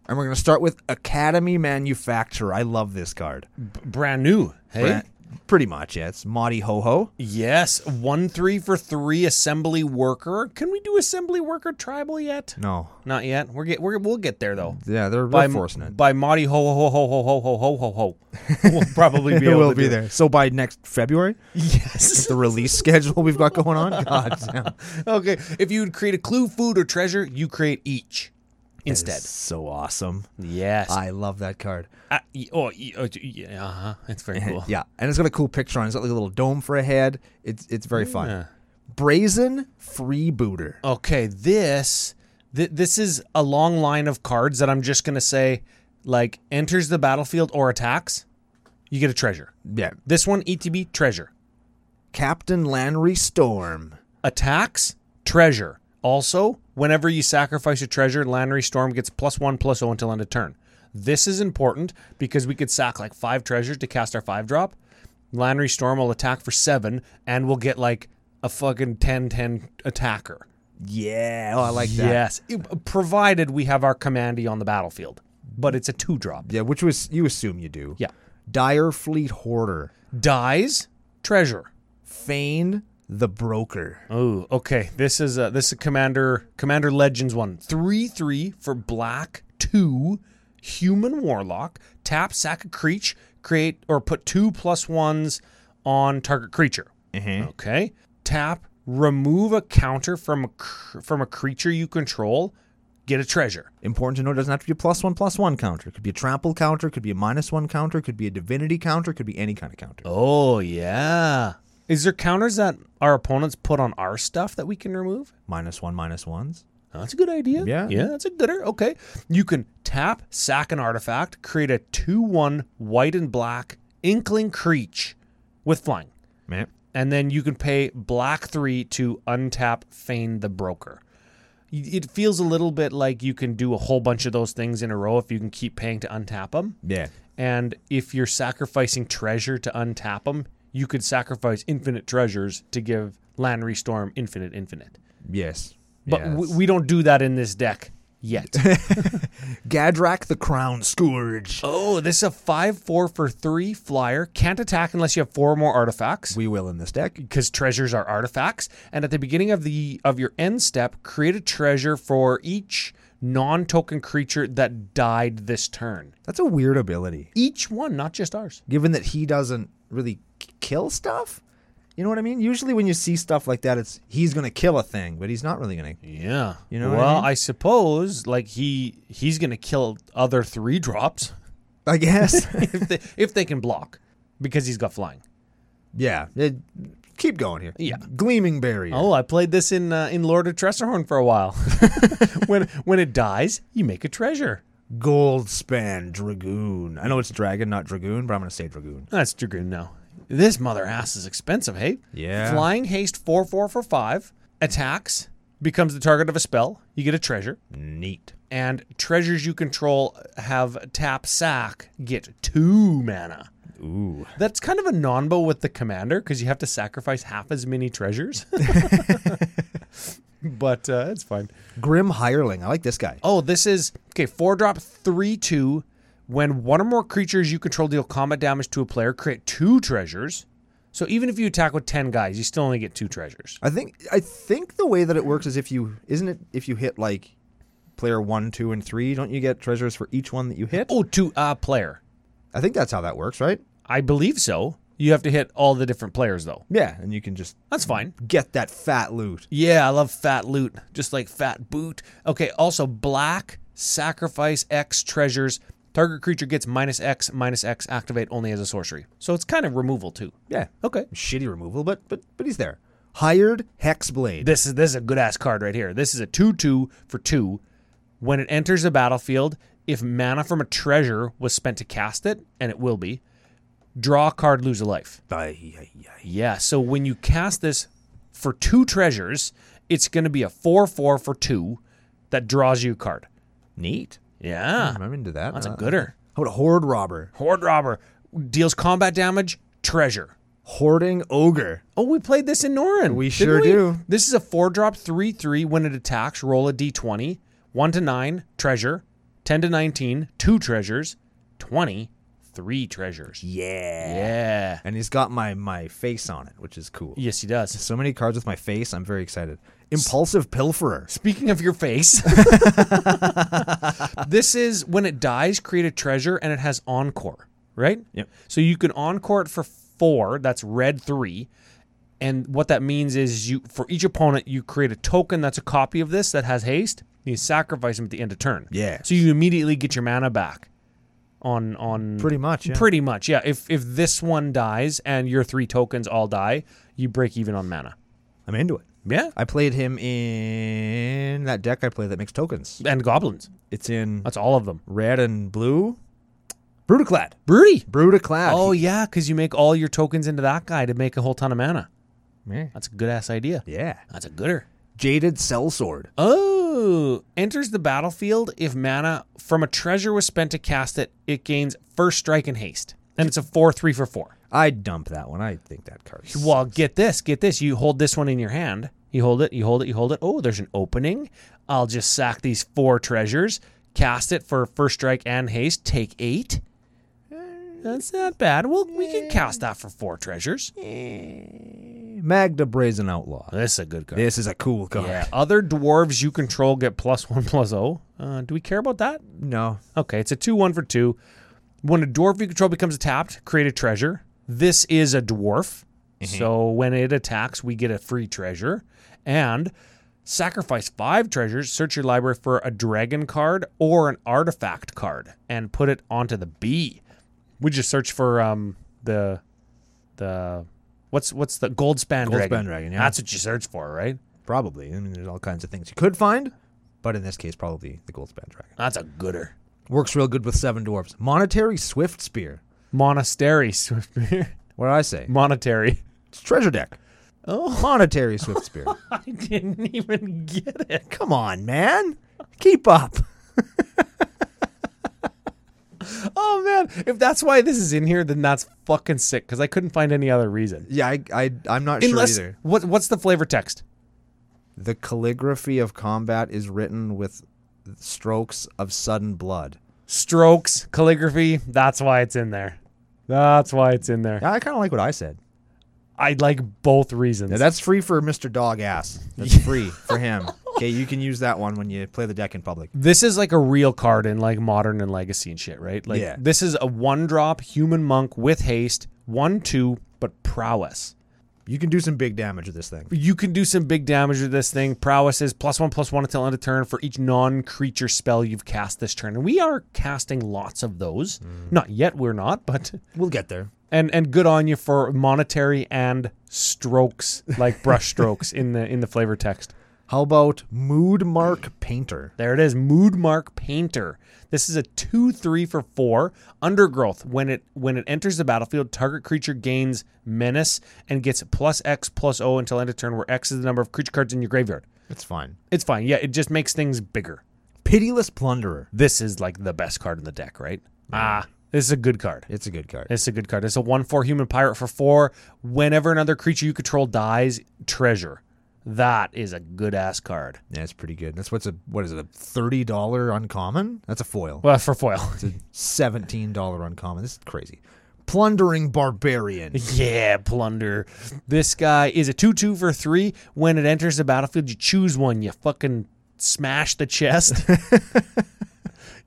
Speaker 1: And we're going to start with Academy Manufacturer. I love this card.
Speaker 2: B- brand new. Hey.
Speaker 1: Brand- Pretty much, yeah. It's Madi Ho Ho.
Speaker 2: Yes, one three for three assembly worker. Can we do assembly worker tribal yet?
Speaker 1: No.
Speaker 2: Not yet. We're get we're, we'll get there though.
Speaker 1: Yeah, they're,
Speaker 2: By
Speaker 1: they're forcing it.
Speaker 2: by Marty ho ho ho ho ho ho ho ho ho. We'll probably be
Speaker 1: It
Speaker 2: able
Speaker 1: will
Speaker 2: to
Speaker 1: be
Speaker 2: do
Speaker 1: there. So by next February,
Speaker 2: Yes.
Speaker 1: the release schedule we've got going on. God damn.
Speaker 2: okay. If you would create a clue, food, or treasure, you create each instead.
Speaker 1: It's so awesome.
Speaker 2: Yes.
Speaker 1: I love that card.
Speaker 2: Uh, y- oh, y- oh, y- yeah. Uh-huh. It's very cool.
Speaker 1: Yeah, and it's got a cool picture on. it. It's got like a little dome for a head. It's it's very fun. Brazen freebooter.
Speaker 2: okay, this th- this is a long line of cards that I'm just gonna say like enters the battlefield or attacks, you get a treasure.
Speaker 1: Yeah,
Speaker 2: This one ETB treasure
Speaker 1: Captain Lanry Storm.
Speaker 2: attacks treasure. Also, whenever you sacrifice a treasure, Lannery Storm gets plus one plus zero until end of turn. This is important because we could sack like five treasures to cast our five drop. Lannery Storm will attack for seven, and we'll get like a fucking 10-10 attacker.
Speaker 1: Yeah, oh, I like that.
Speaker 2: Yes, It- provided we have our commandy on the battlefield, but it's a two drop.
Speaker 1: Yeah, which was you assume you do.
Speaker 2: Yeah.
Speaker 1: Dire Fleet Hoarder.
Speaker 2: Dies treasure.
Speaker 1: Fane the Broker.
Speaker 2: Oh, okay. This is a this is a commander commander legends one three three for black two human warlock tap sack a creature create or put two plus ones on target creature.
Speaker 1: Uh-huh.
Speaker 2: Okay, tap remove a counter from a cr- from a creature you control, get a treasure.
Speaker 1: Important to know, it doesn't have to be a plus one plus one counter. It could be a trample counter. It could be a minus one counter. It could be a divinity counter. It could be any kind of counter.
Speaker 2: Oh yeah. Is there counters that our opponents put on our stuff that we can remove?
Speaker 1: Minus one, minus ones.
Speaker 2: Oh, That's a good idea.
Speaker 1: Yeah.
Speaker 2: Yeah, that's a gooder. Okay. You can tap, sack an artifact, create a 2 1 white and black inkling creature with flying.
Speaker 1: Man.
Speaker 2: And then you can pay black 3 to untap Feign the Broker. Y- It feels a little bit like you can do a whole bunch of those things in a row if you can keep paying to untap them.
Speaker 1: Yeah.
Speaker 2: And if you're sacrificing treasure to untap them, you could sacrifice infinite treasures to give Lanry Storm infinite, infinite.
Speaker 1: Yes.
Speaker 2: But
Speaker 1: Yes.
Speaker 2: we, we don't do that in this deck yet.
Speaker 1: Gadrak the Crown Scourge.
Speaker 2: oh, this is a 5 4 for 3 flyer. Can't attack unless you have four or more artifacts.
Speaker 1: We will in this deck.
Speaker 2: because treasures are artifacts and at the beginning of the of your end step create a treasure for each non-token creature that died this turn
Speaker 1: That's a weird ability.
Speaker 2: each one not just ours
Speaker 1: Given that he doesn't really k- kill stuff, you know what I mean. Usually when you see stuff like that, it's he's gonna kill a thing, but he's not really gonna.
Speaker 2: yeah you
Speaker 1: know
Speaker 2: know
Speaker 1: what I
Speaker 2: well I,
Speaker 1: mean?
Speaker 2: suppose like he he's gonna kill other three drops
Speaker 1: I guess.
Speaker 2: if they, if they can block because he's got flying
Speaker 1: yeah. It- keep going here.
Speaker 2: Yeah.
Speaker 1: Gleaming barrier.
Speaker 2: oh i played this in uh, in lord of tressorhorn for a while when when it dies you make a treasure
Speaker 1: Gold span dragoon. I know it's dragon, not dragoon, but I'm gonna say dragoon.
Speaker 2: That's too good now. This mother ass is expensive, hey?
Speaker 1: Yeah.
Speaker 2: Flying haste four four for five attacks, becomes the target of a spell. You get a treasure,
Speaker 1: Neat.
Speaker 2: and treasures you control have tap sack get two mana.
Speaker 1: Ooh.
Speaker 2: That's kind of a nonbo with the commander because you have to sacrifice half as many treasures. but uh, it's fine.
Speaker 1: Grim hireling. I like this guy.
Speaker 2: Oh, this is okay. Four drop three two. When one or more creatures you control deal combat damage to a player, create two treasures. So even if you attack with ten guys, you still only get two treasures.
Speaker 1: I think I think the way that it works is if you isn't it if you hit like player one, two, and three, don't you get treasures for each one that you hit?
Speaker 2: Oh, to a player,
Speaker 1: I think that's how that works, right?
Speaker 2: I believe so. You have to hit all the different players though.
Speaker 1: Yeah, and you can just
Speaker 2: That's fine.
Speaker 1: get that fat loot.
Speaker 2: Yeah, I love fat loot, just like fat boot. Okay, also black sacrifice X treasures. Target creature gets minus X, minus X, activate only as a sorcery. So it's kind of removal too.
Speaker 1: Yeah,
Speaker 2: Okay.
Speaker 1: Oh, shitty removal, but but but he's there. Hired hexblade.
Speaker 2: This is this is a good ass card right here. This is a two two for two. When it enters the battlefield, if mana from a treasure was spent to cast it, and it will be, draw a card, lose a life.
Speaker 1: Ay, ay, ay.
Speaker 2: Yeah. So when you cast this for two treasures, it's going to be a four four for two that draws you a card.
Speaker 1: Neat.
Speaker 2: Yeah,
Speaker 1: I'm into that.
Speaker 2: that's a
Speaker 1: Uh,
Speaker 2: gooder.
Speaker 1: How about a horde robber?
Speaker 2: Horde robber deals combat damage, treasure.
Speaker 1: Hoarding ogre.
Speaker 2: Oh, we played this in Norin.
Speaker 1: We
Speaker 2: didn't
Speaker 1: sure do.
Speaker 2: This is a four drop three three. When it attacks, roll a d20. One to nine treasure, ten to 19, two treasures, 20, three treasures.
Speaker 1: Yeah.
Speaker 2: Yeah.
Speaker 1: And he's got my my face on it, which is cool.
Speaker 2: Yes, he does.
Speaker 1: So many cards with my face. I'm very excited. Impulsive pilferer.
Speaker 2: Speaking of your face, this is when it dies, create a treasure, and it has encore, right?
Speaker 1: Yep.
Speaker 2: So you can encore it for four. That's red three. And what that means is you for each opponent, you create a token that's a copy of this that has haste. And you sacrifice them at the end of turn.
Speaker 1: Yeah.
Speaker 2: So you immediately get your mana back. On on
Speaker 1: Pretty much, yeah.
Speaker 2: Pretty much, yeah. If if this one dies and your three tokens all die, you break even on mana.
Speaker 1: I'm into it.
Speaker 2: Yeah.
Speaker 1: I played him in that deck I play that makes tokens.
Speaker 2: And goblins.
Speaker 1: It's in
Speaker 2: That's all of them.
Speaker 1: red and blue. Brutaclad.
Speaker 2: Broody.
Speaker 1: Brutaclad.
Speaker 2: Oh yeah, because you make all your tokens into that guy to make a whole ton of mana.
Speaker 1: yeah.
Speaker 2: That's a good ass idea.
Speaker 1: Yeah.
Speaker 2: That's a gooder.
Speaker 1: Jaded Sellsword.
Speaker 2: Oh, enters the battlefield if mana from a treasure was spent to cast it. It gains first strike and haste, and it's a four three for four.
Speaker 1: I'd dump that one. I think that card. is-
Speaker 2: Well, get this, get this. You hold this one in your hand. You hold it. You hold it. You hold it. Oh, there's an opening. I'll just sack these four treasures. Cast it for first strike and haste. Take eight. That's not bad. Well, we can cast that for four treasures.
Speaker 1: Magda Brazen Outlaw.
Speaker 2: This is a good card.
Speaker 1: This is a cool card.
Speaker 2: Yeah. Other dwarves you control get plus one plus oh. Uh, do we care about that?
Speaker 1: No.
Speaker 2: Okay, it's a two one for two. When a dwarf you control becomes tapped, create a treasure. This is a dwarf, so when it attacks, we get a free treasure. And sacrifice five treasures. Search your library for a dragon card or an artifact card, and put it onto the B. We just search for um the the what's what's the gold span
Speaker 1: Gold
Speaker 2: dragon.
Speaker 1: span dragon, yeah.
Speaker 2: That's what you search for, right?
Speaker 1: Probably. I mean, there's all kinds of things you could find, but in this case, probably the Goldspan Dragon.
Speaker 2: That's a gooder.
Speaker 1: Works real good with Seven Dwarfs. Monetary Swift Spear.
Speaker 2: Monastery Swiftbeard.
Speaker 1: What did I say?
Speaker 2: Monetary.
Speaker 1: It's treasure deck.
Speaker 2: Oh.
Speaker 1: Monetary Swift Spear.
Speaker 2: I didn't even get it.
Speaker 1: Come on, man. Keep up.
Speaker 2: Oh man, if that's why this is in here, then that's fucking sick because I couldn't find any other reason.
Speaker 1: Yeah, I, I, I'm not
Speaker 2: Unless
Speaker 1: sure either.
Speaker 2: what what's the flavor text?
Speaker 1: The calligraphy of combat is written with strokes of sudden blood.
Speaker 2: Strokes, calligraphy, that's why it's in there. That's why it's in there.
Speaker 1: Yeah, I kind of like what I said.
Speaker 2: I like both reasons.
Speaker 1: Yeah, that's free for Mr. Dog Ass. That's free for him. Okay, you can use that one when you play the deck in public.
Speaker 2: this is like a real card in like modern and legacy and shit, right? Like
Speaker 1: Yeah.
Speaker 2: this is a one drop human monk with haste, one two, but prowess.
Speaker 1: You can do some big damage with this thing.
Speaker 2: You can do some big damage with this thing. Prowess is plus one plus one until end of turn for each non creature spell you've cast this turn. And we are casting lots of those. Not yet, we're not, but
Speaker 1: We'll get there.
Speaker 2: and and good on you for monetary and strokes, like brush strokes in the in the flavor text.
Speaker 1: How about Mood Mark Painter?
Speaker 2: There it is, Mood Mark Painter. This is a two three for four undergrowth. When it when it enters the battlefield, target creature gains menace and gets plus X plus O until end of turn, where X is the number of creature cards in your graveyard.
Speaker 1: It's fine.
Speaker 2: It's fine. Yeah, it just makes things bigger.
Speaker 1: Pitiless Plunderer.
Speaker 2: This is like the best card in the deck, right? Ah, this is a good card.
Speaker 1: It's a good card.
Speaker 2: It's a good card. It's a one four human pirate for four. Whenever another creature you control dies, treasure. That is a good ass card.
Speaker 1: Yeah, it's pretty good. That's what's a what is it a thirty dollar uncommon? That's a foil.
Speaker 2: Well, for foil.
Speaker 1: It's a seventeen dollar uncommon. This is crazy. Plundering Barbarian.
Speaker 2: Yeah, plunder. This guy is a 2 2 for 3. When it enters the battlefield, you choose one. You fucking smash the chest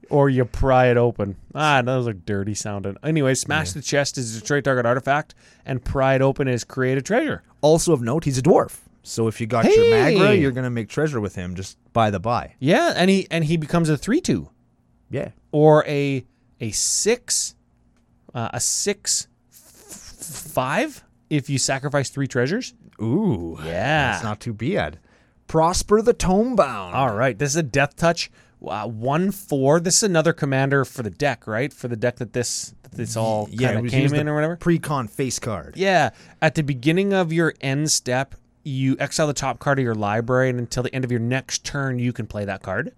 Speaker 2: or you pry it open. Ah, those are dirty sounding. Anyway, smash the chest is a destroy target artifact, and pry it open is create a treasure.
Speaker 1: Also of note, he's a dwarf. So if you got your Magra,
Speaker 2: Hey!
Speaker 1: you're gonna make treasure with him just by the by.
Speaker 2: Yeah, and he and he becomes a 3 2
Speaker 1: Yeah.
Speaker 2: or a a 6 uh, a 6 f- 5 if you sacrifice 3 treasures.
Speaker 1: Ooh.
Speaker 2: Yeah.
Speaker 1: It's not too bad. Prosper the Tomebound.
Speaker 2: All right, this is a death touch. Uh, one four. This is another commander for the deck, right? For the deck that this that this all kind of came in or whatever.
Speaker 1: Precon face card.
Speaker 2: Yeah. At the beginning of your end step, you exile the top card of your library, and until the end of your next turn, you can play that card.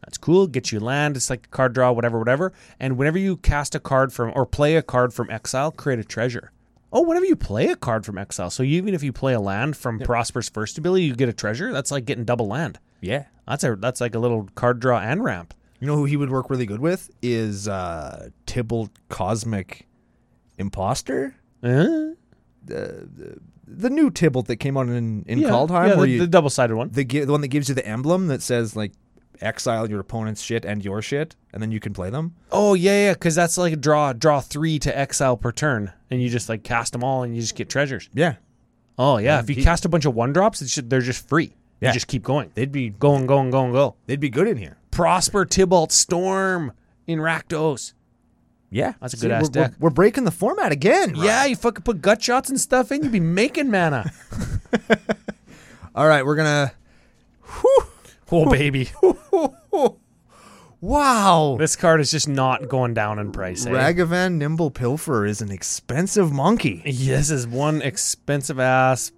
Speaker 2: That's cool. Get you land. It's like card draw, whatever, whatever. And whenever you cast a card from or play a card from exile, create a treasure. Oh, whenever you play a card from exile, so you, even if you play a land from Prosper's first ability, you get a treasure. That's like getting double land.
Speaker 1: Yeah.
Speaker 2: That's a that's like a little card draw and ramp.
Speaker 1: You know who he would work really good with is uh Tybalt Cosmic Imposter.
Speaker 2: Uh,
Speaker 1: The new Tybalt that came out in in
Speaker 2: yeah,
Speaker 1: Kaldheim,
Speaker 2: yeah,
Speaker 1: where
Speaker 2: the,
Speaker 1: you,
Speaker 2: the double sided one.
Speaker 1: the gi- the one that gives you the emblem that says like exile your opponent's shit and your shit, and then you can play them.
Speaker 2: Oh yeah, yeah, because that's like a draw draw three to exile per turn, and you just like cast them all, and you just get treasures.
Speaker 1: Yeah,
Speaker 2: Oh yeah, if you
Speaker 1: he-
Speaker 2: cast a bunch of one drops, it's just, they're just free.
Speaker 1: Yeah.
Speaker 2: You just keep going,
Speaker 1: they'd be
Speaker 2: go and go and go and go.
Speaker 1: they'd be good in here.
Speaker 2: Prosper Tybalt Storm in Rakdos.
Speaker 1: Yeah,
Speaker 2: That's a
Speaker 1: See,
Speaker 2: good-ass
Speaker 1: we're- we're-
Speaker 2: deck.
Speaker 1: We're, breaking the format again. Ryan.
Speaker 2: Yeah, you fucking put gut shots and stuff in, you'd be making mana.
Speaker 1: All right, we're gonna. Whew.
Speaker 2: oh baby,
Speaker 1: Wow.
Speaker 2: this card is just not going down in price. eh?
Speaker 1: Ragavan Nimble Pilfer is an expensive monkey.
Speaker 2: This is one expensive ass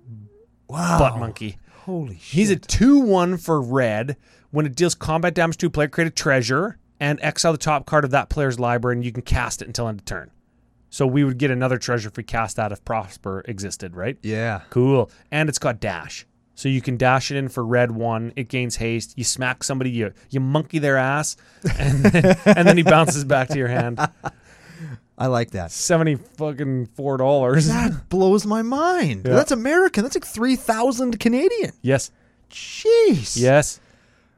Speaker 1: Wow.
Speaker 2: butt monkey.
Speaker 1: Holy shit.
Speaker 2: He's a 2 1 for red. When it deals combat damage to a player, create a treasure and exile the top card of that player's library, and you can cast it until end of turn. So we would get another treasure if we cast that if Prosper existed, right?
Speaker 1: yeah.
Speaker 2: Cool. And it's got dash. So you can dash it in for red one. It gains haste. You smack somebody, you you monkey their ass, and then, and then he bounces back to your hand.
Speaker 1: I like that.
Speaker 2: Seventy fucking four dollars.
Speaker 1: That blows my mind. That's American. That's like 3,000 Canadian.
Speaker 2: Yes.
Speaker 1: Jeez.
Speaker 2: Yes.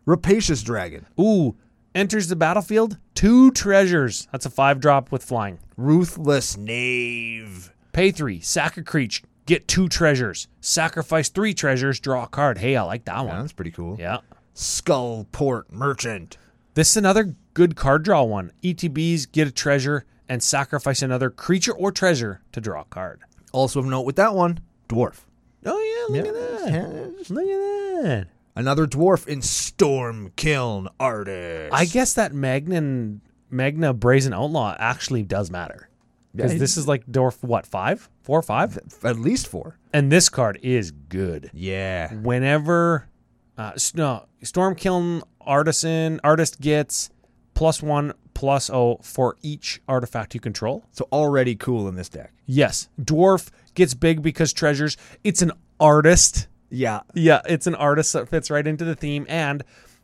Speaker 1: Rapacious Dragon.
Speaker 2: Ooh. Enters the battlefield. Two treasures. That's a five drop with flying.
Speaker 1: Ruthless Knave.
Speaker 2: Pay three, sack a creature, get two treasures, sacrifice three treasures, draw a card. Hey, I like that
Speaker 1: Yeah,
Speaker 2: one.
Speaker 1: that's pretty cool.
Speaker 2: Yeah.
Speaker 1: Skullport Merchant.
Speaker 2: This is another good card draw one. ETBs get a treasure and sacrifice another creature or treasure to draw a card.
Speaker 1: Also of note with that one, Dwarf.
Speaker 2: Oh yeah, look at that. Look at that.
Speaker 1: Another Dwarf in Storm Kiln Artist.
Speaker 2: I guess that Magnan Magna Brazen Outlaw actually does matter. Because
Speaker 1: Yeah, it-
Speaker 2: this is like dwarf what, five? Four or five?
Speaker 1: At least four.
Speaker 2: And this card is good. Mm.
Speaker 1: Yeah.
Speaker 2: whenever uh, s- no, Stormkiln artisan artist gets plus one plus oh for each artifact you control.
Speaker 1: So already cool in this deck.
Speaker 2: Yes, dwarf gets big because treasures. It's an artist.
Speaker 1: Yeah.
Speaker 2: Yeah, it's an artist that fits right into the theme. And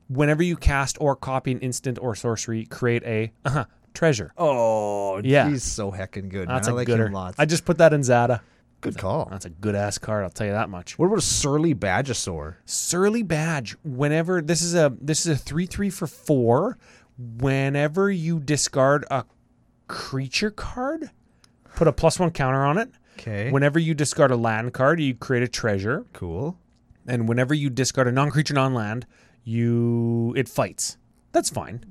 Speaker 2: whenever you cast or copy an instant or sorcery, create a uh treasure.
Speaker 1: Oh,
Speaker 2: Yeah.
Speaker 1: He's so hecking good.
Speaker 2: That's
Speaker 1: man.
Speaker 2: a
Speaker 1: I like
Speaker 2: gooder.
Speaker 1: him lots.
Speaker 2: I just put that in Zada.
Speaker 1: good call.
Speaker 2: That's a good ass card. I'll tell you that much.
Speaker 1: What about a surly badgesaur?
Speaker 2: Surly Badge. Whenever this is a this is a three three for four. Whenever you discard a creature card, put a plus one counter on it.
Speaker 1: Okay.
Speaker 2: Whenever you discard a land card, you create a treasure,
Speaker 1: cool.
Speaker 2: and whenever you discard a non creature non land, you it fights. That's fine.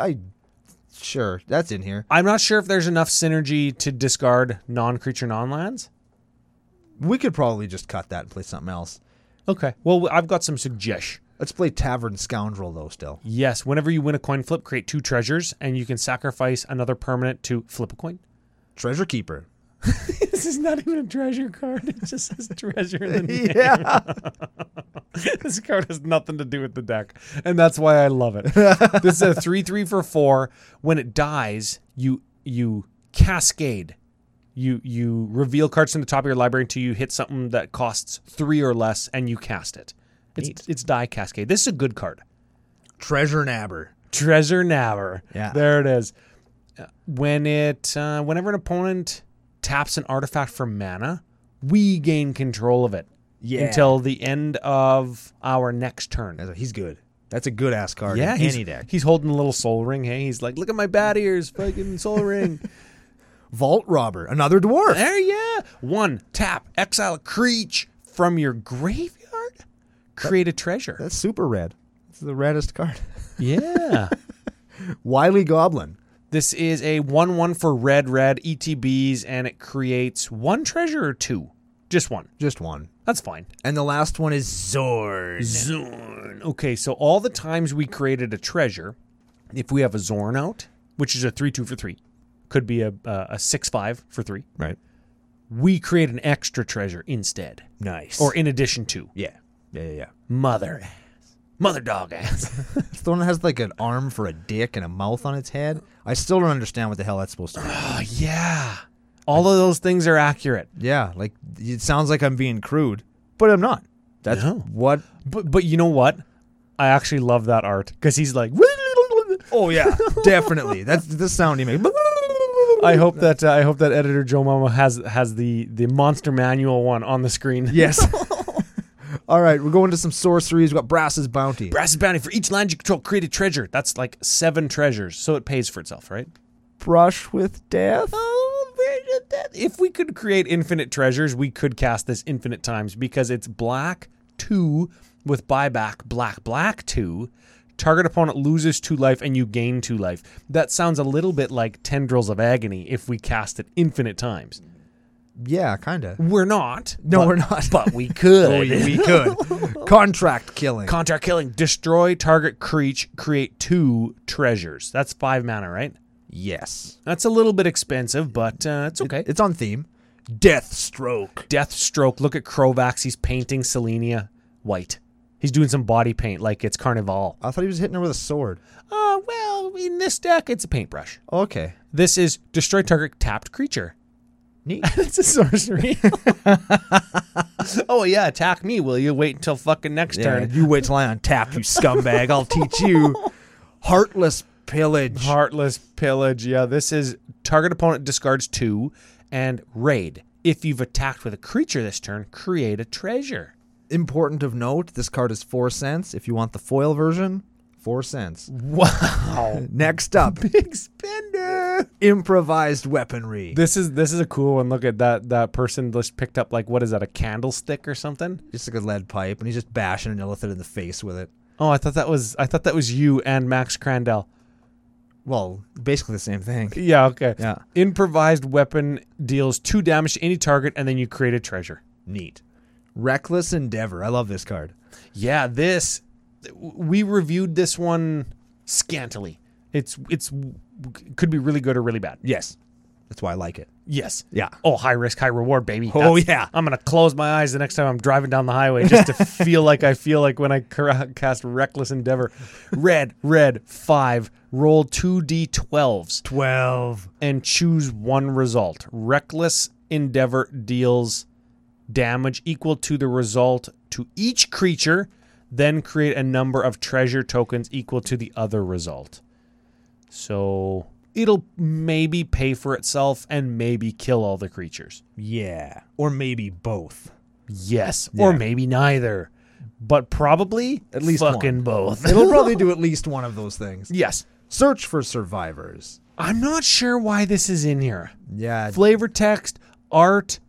Speaker 1: I sure that's in here.
Speaker 2: I'm not sure if there's enough synergy to discard non creature non lands.
Speaker 1: We could probably just cut that and play something else.
Speaker 2: Okay. Well, I've got some suggestion.
Speaker 1: Let's play Tavern Scoundrel though. Still,
Speaker 2: Yes, whenever you win a coin flip, create two treasures, and you can sacrifice another permanent to flip a coin.
Speaker 1: Treasure Keeper.
Speaker 2: this is not even a treasure card. It just says treasure in the name.
Speaker 1: Yeah.
Speaker 2: this card has nothing to do with the deck, and that's why I love it. this is a three three for four. When it dies, you you cascade. You you reveal cards from the top of your library until you hit something that costs three or less, and you cast it. It's it's die cascade. This is a good card.
Speaker 1: Treasure Nabber.
Speaker 2: Treasure Naver.
Speaker 1: Yeah.
Speaker 2: There it is. Uh, When it uh, whenever an opponent taps an artifact for mana, we gain control of it.
Speaker 1: Yeah.
Speaker 2: Until the end of our next turn.
Speaker 1: That's a- He's good. That's a good ass card.
Speaker 2: Yeah,
Speaker 1: in
Speaker 2: he's,
Speaker 1: any deck.
Speaker 2: he's holding a little soul ring. Hey, he's like, look at my bad ears, fucking soul ring.
Speaker 1: Vault Robber, another dwarf.
Speaker 2: there, yeah. One tap, exile a creature from your graveyard, create a treasure.
Speaker 1: That's super red. It's the reddest card.
Speaker 2: Yeah.
Speaker 1: Wily Goblin.
Speaker 2: This is a 1 1 for red, red ETBs, and it creates one treasure or two? Just one.
Speaker 1: Just one.
Speaker 2: That's fine.
Speaker 1: And the last one is Zorn.
Speaker 2: Zorn. Okay, so all the times we created a treasure, if we have a Zorn out, which is a 3 2 for 3, could be a, a, a 6 5 for 3,
Speaker 1: Right.
Speaker 2: we create an extra treasure instead,
Speaker 1: Nice.
Speaker 2: or in addition to.
Speaker 1: yeah. Yeah, yeah, yeah.
Speaker 2: Mother ass. Mother dog ass.
Speaker 1: It's the one that has like an arm for a dick and a mouth on its head. I still don't understand what the hell that's supposed to be.
Speaker 2: oh, yeah. All of those things are accurate.
Speaker 1: yeah, like it sounds like I'm being crude, but I'm not. That's
Speaker 2: No.
Speaker 1: what.
Speaker 2: But, but you know what? I actually love that art because he's like.
Speaker 1: Oh yeah, definitely. That's the sound he makes.
Speaker 2: I hope that uh, I hope that editor Joe Momo has has the the monster manual one on the screen.
Speaker 1: yes. All right, we're going to some sorceries. We've got Brass's Bounty.
Speaker 2: Brass's bounty for each land you control, create a treasure. That's like seven treasures, so it pays for itself, right?
Speaker 1: Brush with Death. Um,
Speaker 2: If we could create infinite treasures, we could cast this infinite times because it's black two with buyback black black two. Target opponent loses two life and you gain two life. That sounds a little bit like tendrils of agony if we cast it infinite times.
Speaker 1: Yeah, kind of.
Speaker 2: We're not.
Speaker 1: No,
Speaker 2: but-
Speaker 1: we're not.
Speaker 2: But we could.
Speaker 1: Oh, we, we could. Contract killing.
Speaker 2: Contract killing. Destroy target creature. Create two treasures. That's five mana, right?
Speaker 1: yes.
Speaker 2: That's a little bit expensive, but uh, it's okay.
Speaker 1: It's on theme. Death stroke.
Speaker 2: Deathstroke. Look at Krovax. He's painting Selenia white. He's doing some body paint like it's Carnival.
Speaker 1: I thought he was hitting her with a sword.
Speaker 2: Uh, well, in this deck, it's a paintbrush.
Speaker 1: Okay.
Speaker 2: This is destroy target tapped creature.
Speaker 1: Neat.
Speaker 2: That's a sorcery. oh, yeah, attack me, will you? Wait until fucking next
Speaker 1: Yeah,
Speaker 2: turn.
Speaker 1: you wait till I untap you, scumbag. I'll teach you heartless pillage.
Speaker 2: Heartless Pillage. Yeah, this is target opponent discards two and raid. If you've attacked with a creature this turn, create a treasure.
Speaker 1: Important of note: this card is four cents. If you want the foil version, four cents.
Speaker 2: Wow.
Speaker 1: Next up,
Speaker 2: Big spender.
Speaker 1: improvised weaponry.
Speaker 2: This is this is a cool one. Look at that that person just picked up like what is that, a candlestick or something?
Speaker 1: Just like a lead pipe, and he's just bashing an illithid in the face with it.
Speaker 2: Oh, I thought that was I thought that was you and Max Crandell.
Speaker 1: Well, basically the same thing.
Speaker 2: Yeah, okay.
Speaker 1: Yeah.
Speaker 2: Improvised weapon deals two damage to any target and then you create a treasure.
Speaker 1: Neat. Reckless endeavor. I love this card.
Speaker 2: Yeah, this we reviewed this one scantily. It's it's could be really good or really bad.
Speaker 1: Yes, that's why I like it.
Speaker 2: Yes.
Speaker 1: Yeah.
Speaker 2: Oh, high risk, high reward, baby.
Speaker 1: Oh,
Speaker 2: That's-
Speaker 1: yeah.
Speaker 2: I'm gonna close my eyes the next time I'm driving down the highway just to feel like I feel like when I cra- cast reckless endeavor. Red, red, five. Roll two d12s
Speaker 1: Twelve.
Speaker 2: and choose one result. Reckless endeavor deals damage equal to the result to each creature, then create a number of treasure tokens equal to the other result. So it'll maybe pay for itself and maybe kill all the creatures.
Speaker 3: Yeah. Or maybe both.
Speaker 2: Yes, or
Speaker 1: Yeah.
Speaker 2: maybe neither, but probably
Speaker 1: At least
Speaker 2: fucking
Speaker 1: one.
Speaker 2: both.
Speaker 1: It'll probably do at least one of those things.
Speaker 2: yes.
Speaker 1: Search for survivors.
Speaker 2: I'm not sure why this is in here.
Speaker 1: Yeah,
Speaker 2: Flavor text, art,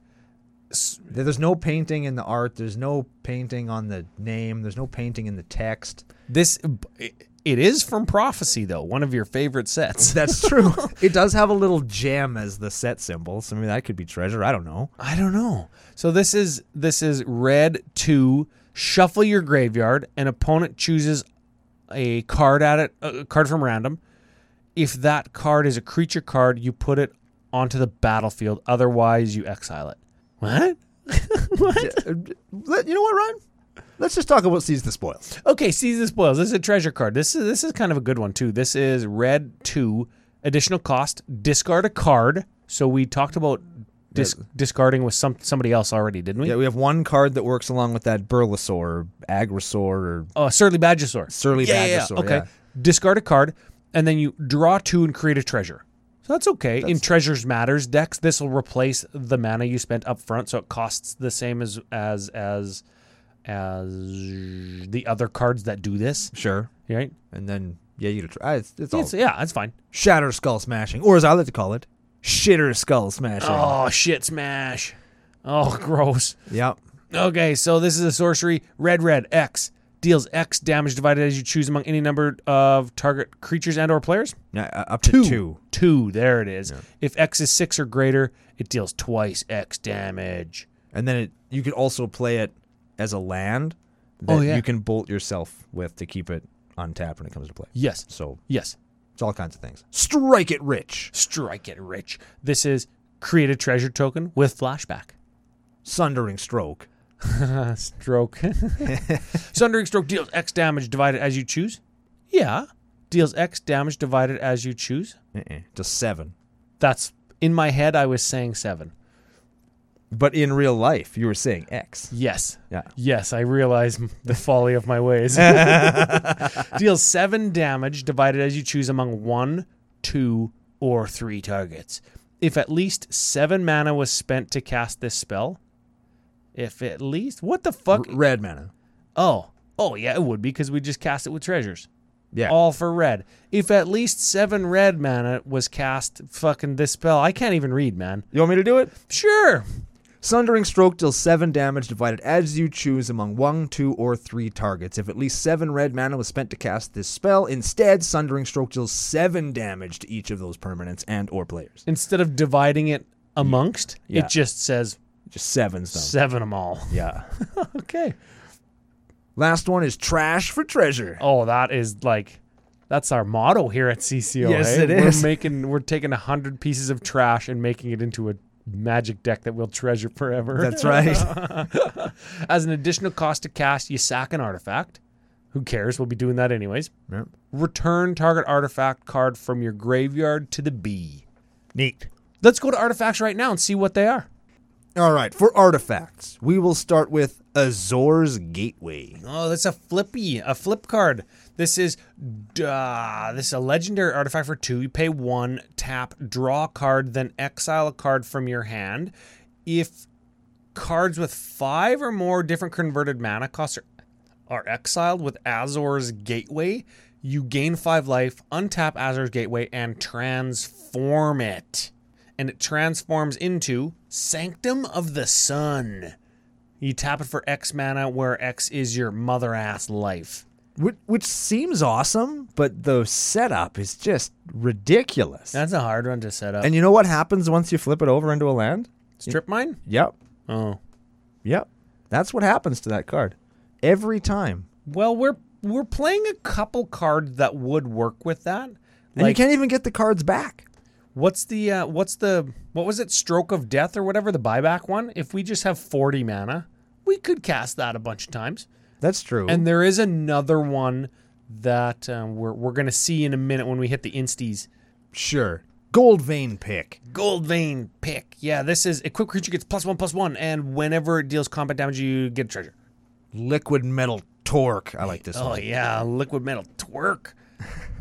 Speaker 1: There- There's no painting in the art. There's no painting on the name. There's no painting in the text.
Speaker 2: This it is from Prophecy though, one of your favorite sets.
Speaker 1: That's true. it does have a little gem as the set symbol. So I mean, that could be treasure. I don't know.
Speaker 2: I don't know. So this is this is red 2 shuffle your graveyard an opponent chooses a card at it a card from random. If that card is a creature card, you put it onto the battlefield. Otherwise, you exile it. What?
Speaker 1: Uh, let- you know what, Ryan? Let's just talk about seize the spoils.
Speaker 2: Okay, seize the spoils. This is a treasure card. This is this is kind of a good one too. This is red two, additional cost, discard a card. So we talked about dis- discarding with some somebody else already, didn't we?
Speaker 1: Yeah, we have one card that works along with that Burlesaur, or Agrasaur, or
Speaker 2: Oh, Surly Badgesaur.
Speaker 1: Surly
Speaker 2: yeah, yeah, yeah.
Speaker 1: Bagasaur,
Speaker 2: Okay.
Speaker 1: yeah.
Speaker 2: Discard a card, and then you draw two and create a treasure. So that's okay. In Treasures Matters decks, this will replace the mana you spent up front, so it costs the same as as as as the other cards that do this.
Speaker 1: sure.
Speaker 2: Right?
Speaker 1: And then yeah, you. Try. It's, it's all
Speaker 2: It's, yeah, that's fine.
Speaker 1: shatter skull smashing, or as I like to call it, shitter skull smashing.
Speaker 2: Oh, shit smash. Oh, gross.
Speaker 1: Yep.
Speaker 2: Okay, so this is a sorcery. Red, red, X. Deals X damage divided as you choose among any number of target creatures and or players.
Speaker 1: Yeah, uh, up to two.
Speaker 2: Two, there it is. If X is six or greater, it deals twice X damage.
Speaker 1: and then it, you could also play it as a land that
Speaker 2: Oh, yeah.
Speaker 1: you can bolt yourself with to keep it untapped when it comes to play.
Speaker 2: Yes,
Speaker 1: So
Speaker 2: yes.
Speaker 1: it's all kinds of things. Strike it rich,
Speaker 2: Strike it rich. This is create a treasure token with flashback.
Speaker 1: sundering stroke.
Speaker 2: Uh, stroke. Sundering stroke deals X damage divided as you choose. Yeah. Deals X damage divided as you choose.
Speaker 1: Uh-uh. To seven,
Speaker 2: That's in my head. I was saying seven.
Speaker 1: but in real life, you were saying X.
Speaker 2: Yes.
Speaker 1: Yeah.
Speaker 2: Yes, I realize m- the folly of my ways. Deals seven damage divided as you choose among one, two, or three targets. If at least seven mana was spent to cast this spell, if at least what the fuck?
Speaker 1: R- red mana.
Speaker 2: Oh, oh yeah, it would be because we just cast it with treasures.
Speaker 1: Yeah.
Speaker 2: all for red. If at least seven red mana was cast, fucking this spell, I can't even read, man.
Speaker 1: you want me to do it?
Speaker 2: Sure.
Speaker 1: Sundering stroke deals seven damage divided as you choose among one, two, or three targets. If at least seven red mana was spent to cast this spell, instead, Sundering Stroke deals seven damage to each of those permanents and or players.
Speaker 2: Instead of dividing it amongst,
Speaker 1: Yeah.
Speaker 2: it just says
Speaker 1: Just seven stuff.
Speaker 2: seven them all.
Speaker 1: Yeah.
Speaker 2: okay.
Speaker 1: Last one is trash for treasure.
Speaker 2: Oh, that is like that's our motto here at CCO.
Speaker 1: Yes,
Speaker 2: eh?
Speaker 1: it is.
Speaker 2: We're making we're taking a hundred pieces of trash and making it into a magic deck that we'll treasure forever.
Speaker 1: That's right.
Speaker 2: As an additional cost to cast, you sack an artifact. Who cares? We'll be doing that anyways. Return target artifact card from your graveyard to the B.
Speaker 1: Neat.
Speaker 2: Let's go to artifacts right now and see what they are.
Speaker 1: All right, for artifacts, we will start with Azor's Gateway.
Speaker 2: Oh, that's a flippy, a flip card. This is uh, this is a legendary artifact for two. You pay one, tap, draw a card, then exile a card from your hand. If cards with five or more different converted mana costs are, are exiled with Azor's Gateway, you gain five life, untap Azor's Gateway, and transform it. And it transforms into Sanctum of the Sun. You tap it for X mana, where X is your mother ass life.
Speaker 1: Which, which seems awesome, but the setup is just ridiculous.
Speaker 2: That's a hard one to set up.
Speaker 1: And you know what happens once you flip it over into a land?
Speaker 2: Strip mine?
Speaker 1: Yep.
Speaker 2: Oh.
Speaker 1: Yep. That's what happens to that card. Every time.
Speaker 2: Well, we're we're playing a couple cards that would work with that.
Speaker 1: And
Speaker 2: Like
Speaker 1: you can't even get the cards back.
Speaker 2: what's the uh, what's the what was it? Stroke of Death or whatever the buyback one. If we just have 40 mana, we could cast that a bunch of times.
Speaker 1: That's true.
Speaker 2: And there is another one that um, we're we're gonna see in a minute when we hit the insties.
Speaker 1: sure. Gold vein pick.
Speaker 2: Gold vein pick. Yeah, this is equipped creature gets plus one plus one, and whenever it deals combat damage, you get a treasure.
Speaker 1: Liquid metal torque. I like this one.
Speaker 2: Oh yeah, liquid metal twerk.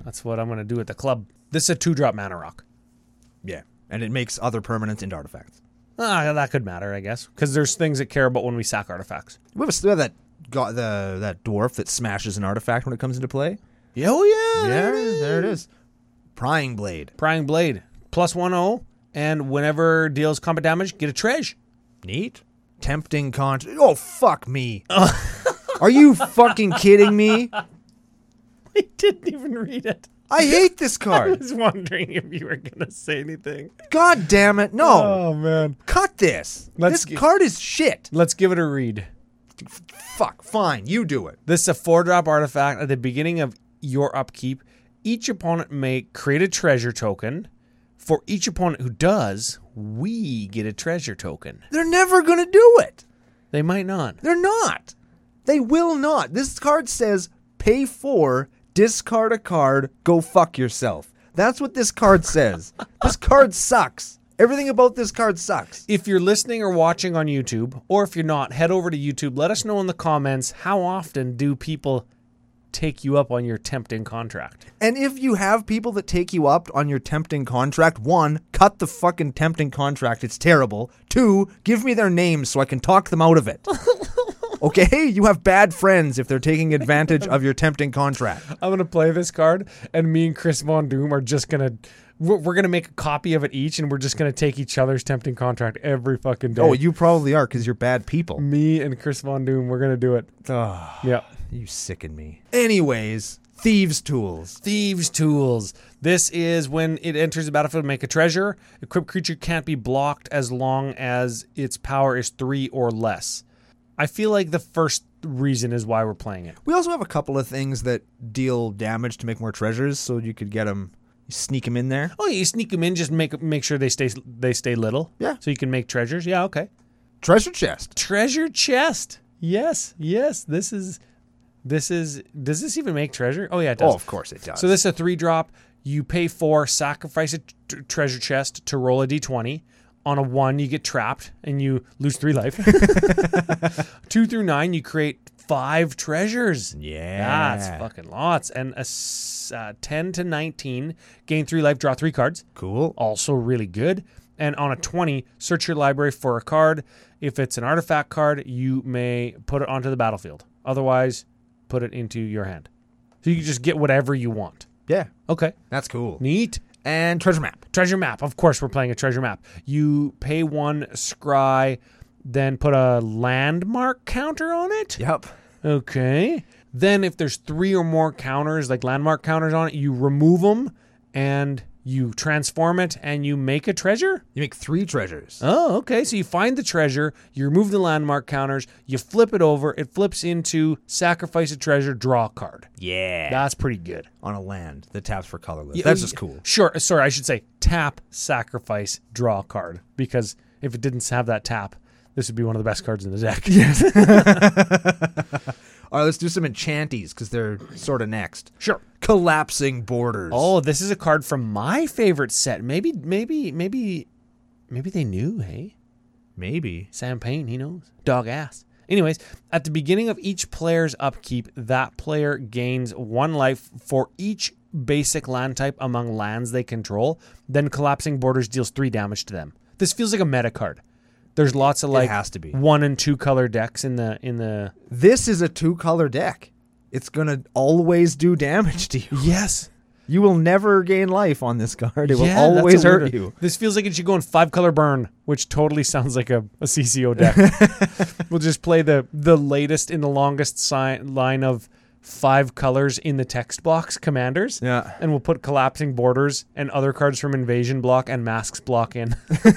Speaker 2: That's what I'm gonna do at the club. This is a two drop mana rock.
Speaker 1: Yeah. And it makes other permanents into artifacts.
Speaker 2: Ah, that could matter, I guess, because there's things that care about when we sack artifacts.
Speaker 1: We have, a, we have that got the that dwarf that smashes an artifact when it comes into play.
Speaker 2: Yeah, oh yeah,
Speaker 1: There, there it is. Prying blade.
Speaker 2: Prying blade plus one zero, and whenever deals combat damage, get a treasure.
Speaker 1: Neat. Tempting con. Oh fuck me. Are you fucking kidding me?
Speaker 2: I didn't even read it.
Speaker 1: I hate this
Speaker 2: I
Speaker 1: card.
Speaker 2: was wondering if you were gonna say anything.
Speaker 1: God damn it. No.
Speaker 2: Oh, man,
Speaker 1: Cut this. this
Speaker 2: Let's g-
Speaker 1: card is shit.
Speaker 2: let's give it a read.
Speaker 1: Fuck. Fine. You do it.
Speaker 2: This is a four drop artifact at the beginning of your upkeep. Each opponent may create a treasure token. For each opponent who does, we get a treasure token.
Speaker 1: They're never going to do it.
Speaker 2: They might not.
Speaker 1: They're not. They will not. This card says pay four, discard a card, go fuck yourself. That's what this card says. this card sucks. Everything about this card sucks.
Speaker 2: If you're listening or watching on YouTube, or if you're not, head over to YouTube. Let us know in the comments how often do people take you up on your tempting contract?
Speaker 1: And if you have people that take you up on your tempting contract, one, cut the fucking tempting contract. It's terrible. Two, give me their names so I can talk them out of it. Okay, you have bad friends if they're taking advantage of your tempting contract.
Speaker 2: I'm gonna play this card, and me and Chris Von Doom are just gonna we're, we're gonna make a copy of it each, and we're just gonna take each other's tempting contract every fucking day.
Speaker 1: Oh, you probably are because you're bad people.
Speaker 2: me and Chris Von Doom, we're gonna do it. Yeah.
Speaker 1: Ah, You sicken me. Anyways, thieves' tools.
Speaker 2: Thieves' tools. This is when it enters the battlefield, make a treasure. Equipped creature can't be blocked as long as its power is three or less. I feel like the first reason is why we're playing it.
Speaker 1: We also have a couple of things that deal damage to make more treasures, so you could get them, sneak them in there.
Speaker 2: Oh, you sneak them in, just make make sure they stay they stay little.
Speaker 1: Yeah.
Speaker 2: So you can make treasures. Yeah. Okay.
Speaker 1: Treasure chest.
Speaker 2: treasure chest. Yes, yes. This is this is does this even make treasure? Oh yeah, it does.
Speaker 1: Oh, of course it does.
Speaker 2: So this is a three drop. You pay four, sacrifice a tr- treasure chest to roll a d20. On a one, you get trapped and you lose three life. Two through nine, you create five treasures.
Speaker 1: Yeah.
Speaker 2: that's fucking lots. And a s- uh, ten to nineteen, gain three life, draw three cards
Speaker 1: cool.
Speaker 2: also really good. And on a 20, search your library for a card. If it's an artifact card, you may put it onto the battlefield. Otherwise, put it into your hand. So you can just get whatever you want.
Speaker 1: Yeah,
Speaker 2: Okay.
Speaker 1: that's cool.
Speaker 2: Neat.
Speaker 1: And treasure map.
Speaker 2: Treasure map. Of course, we're playing a treasure map. You pay one scry, then put a landmark counter on it.
Speaker 1: Yep.
Speaker 2: Okay. Then if there's three or more counters, like landmark counters on it, you remove them and you transform it and you make a treasure.
Speaker 1: You make three treasures.
Speaker 2: Oh, okay. So you find the treasure, you remove the landmark counters, you flip it over, it flips into sacrifice a treasure, draw a card.
Speaker 1: yeah.
Speaker 2: That's pretty good.
Speaker 1: On a land that taps for colorless. That's just cool.
Speaker 2: Sure. Sorry, I should say tap, sacrifice, draw a card because if it didn't have that tap, this would be one of the best cards in the deck. Yes.
Speaker 1: All right, let's do some enchanties because they're sort of next.
Speaker 2: Sure.
Speaker 1: Collapsing borders.
Speaker 2: Oh, this is a card from my favorite set. Maybe, maybe, maybe, maybe they knew, hey?
Speaker 1: maybe.
Speaker 2: Sam Payne, he knows. Dog ass. Anyways, at the beginning of each player's upkeep, that player gains one life for each basic land type among lands they control. Then collapsing borders deals three damage to them. This feels like a meta card. There's lots of like
Speaker 1: has to be.
Speaker 2: one and two color decks in the in the
Speaker 1: This is a two color deck. It's going to always do damage to you.
Speaker 2: Yes.
Speaker 1: You will never gain life on this card. It will always hurt you.
Speaker 2: This feels like it should go in five color burn, which totally sounds like a, a CCO deck. we'll just play the the latest in the longest si- line of five colors in the text box commanders.
Speaker 1: Yeah.
Speaker 2: And we'll put collapsing borders and other cards from invasion block and masks block in.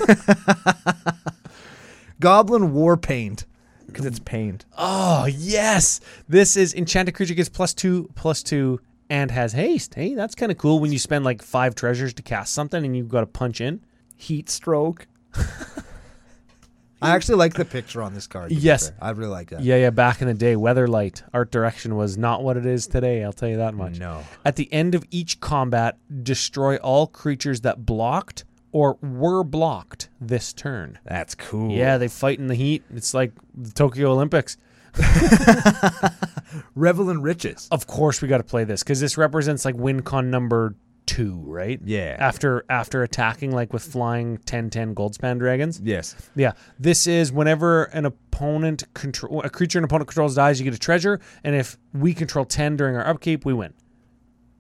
Speaker 1: Goblin war paint because it's paint.
Speaker 2: oh yes. This is enchanted creature gets plus two, plus two, and has haste. Hey, that's kind of cool when you spend like five treasures to cast something and you've got to punch in.
Speaker 1: Heat stroke. I actually like the picture on this card. to be
Speaker 2: Yes.
Speaker 1: fair. I really like that.
Speaker 2: Yeah, yeah. Back in the day, weatherlight art direction was not what it is today. I'll tell you that much.
Speaker 1: Oh, No.
Speaker 2: At the end of each combat, destroy all creatures that blocked or were blocked this turn.
Speaker 1: That's cool.
Speaker 2: Yeah, they fight in the heat. It's like the Tokyo Olympics.
Speaker 1: Revel in riches.
Speaker 2: Of course, we got to play this because this represents like WinCon number two, right?
Speaker 1: Yeah.
Speaker 2: After after attacking like with flying 10-10 Goldspan dragons.
Speaker 1: Yes.
Speaker 2: Yeah, this is whenever an opponent control a creature an opponent controls dies, you get a treasure, and if we control ten during our upkeep, we win.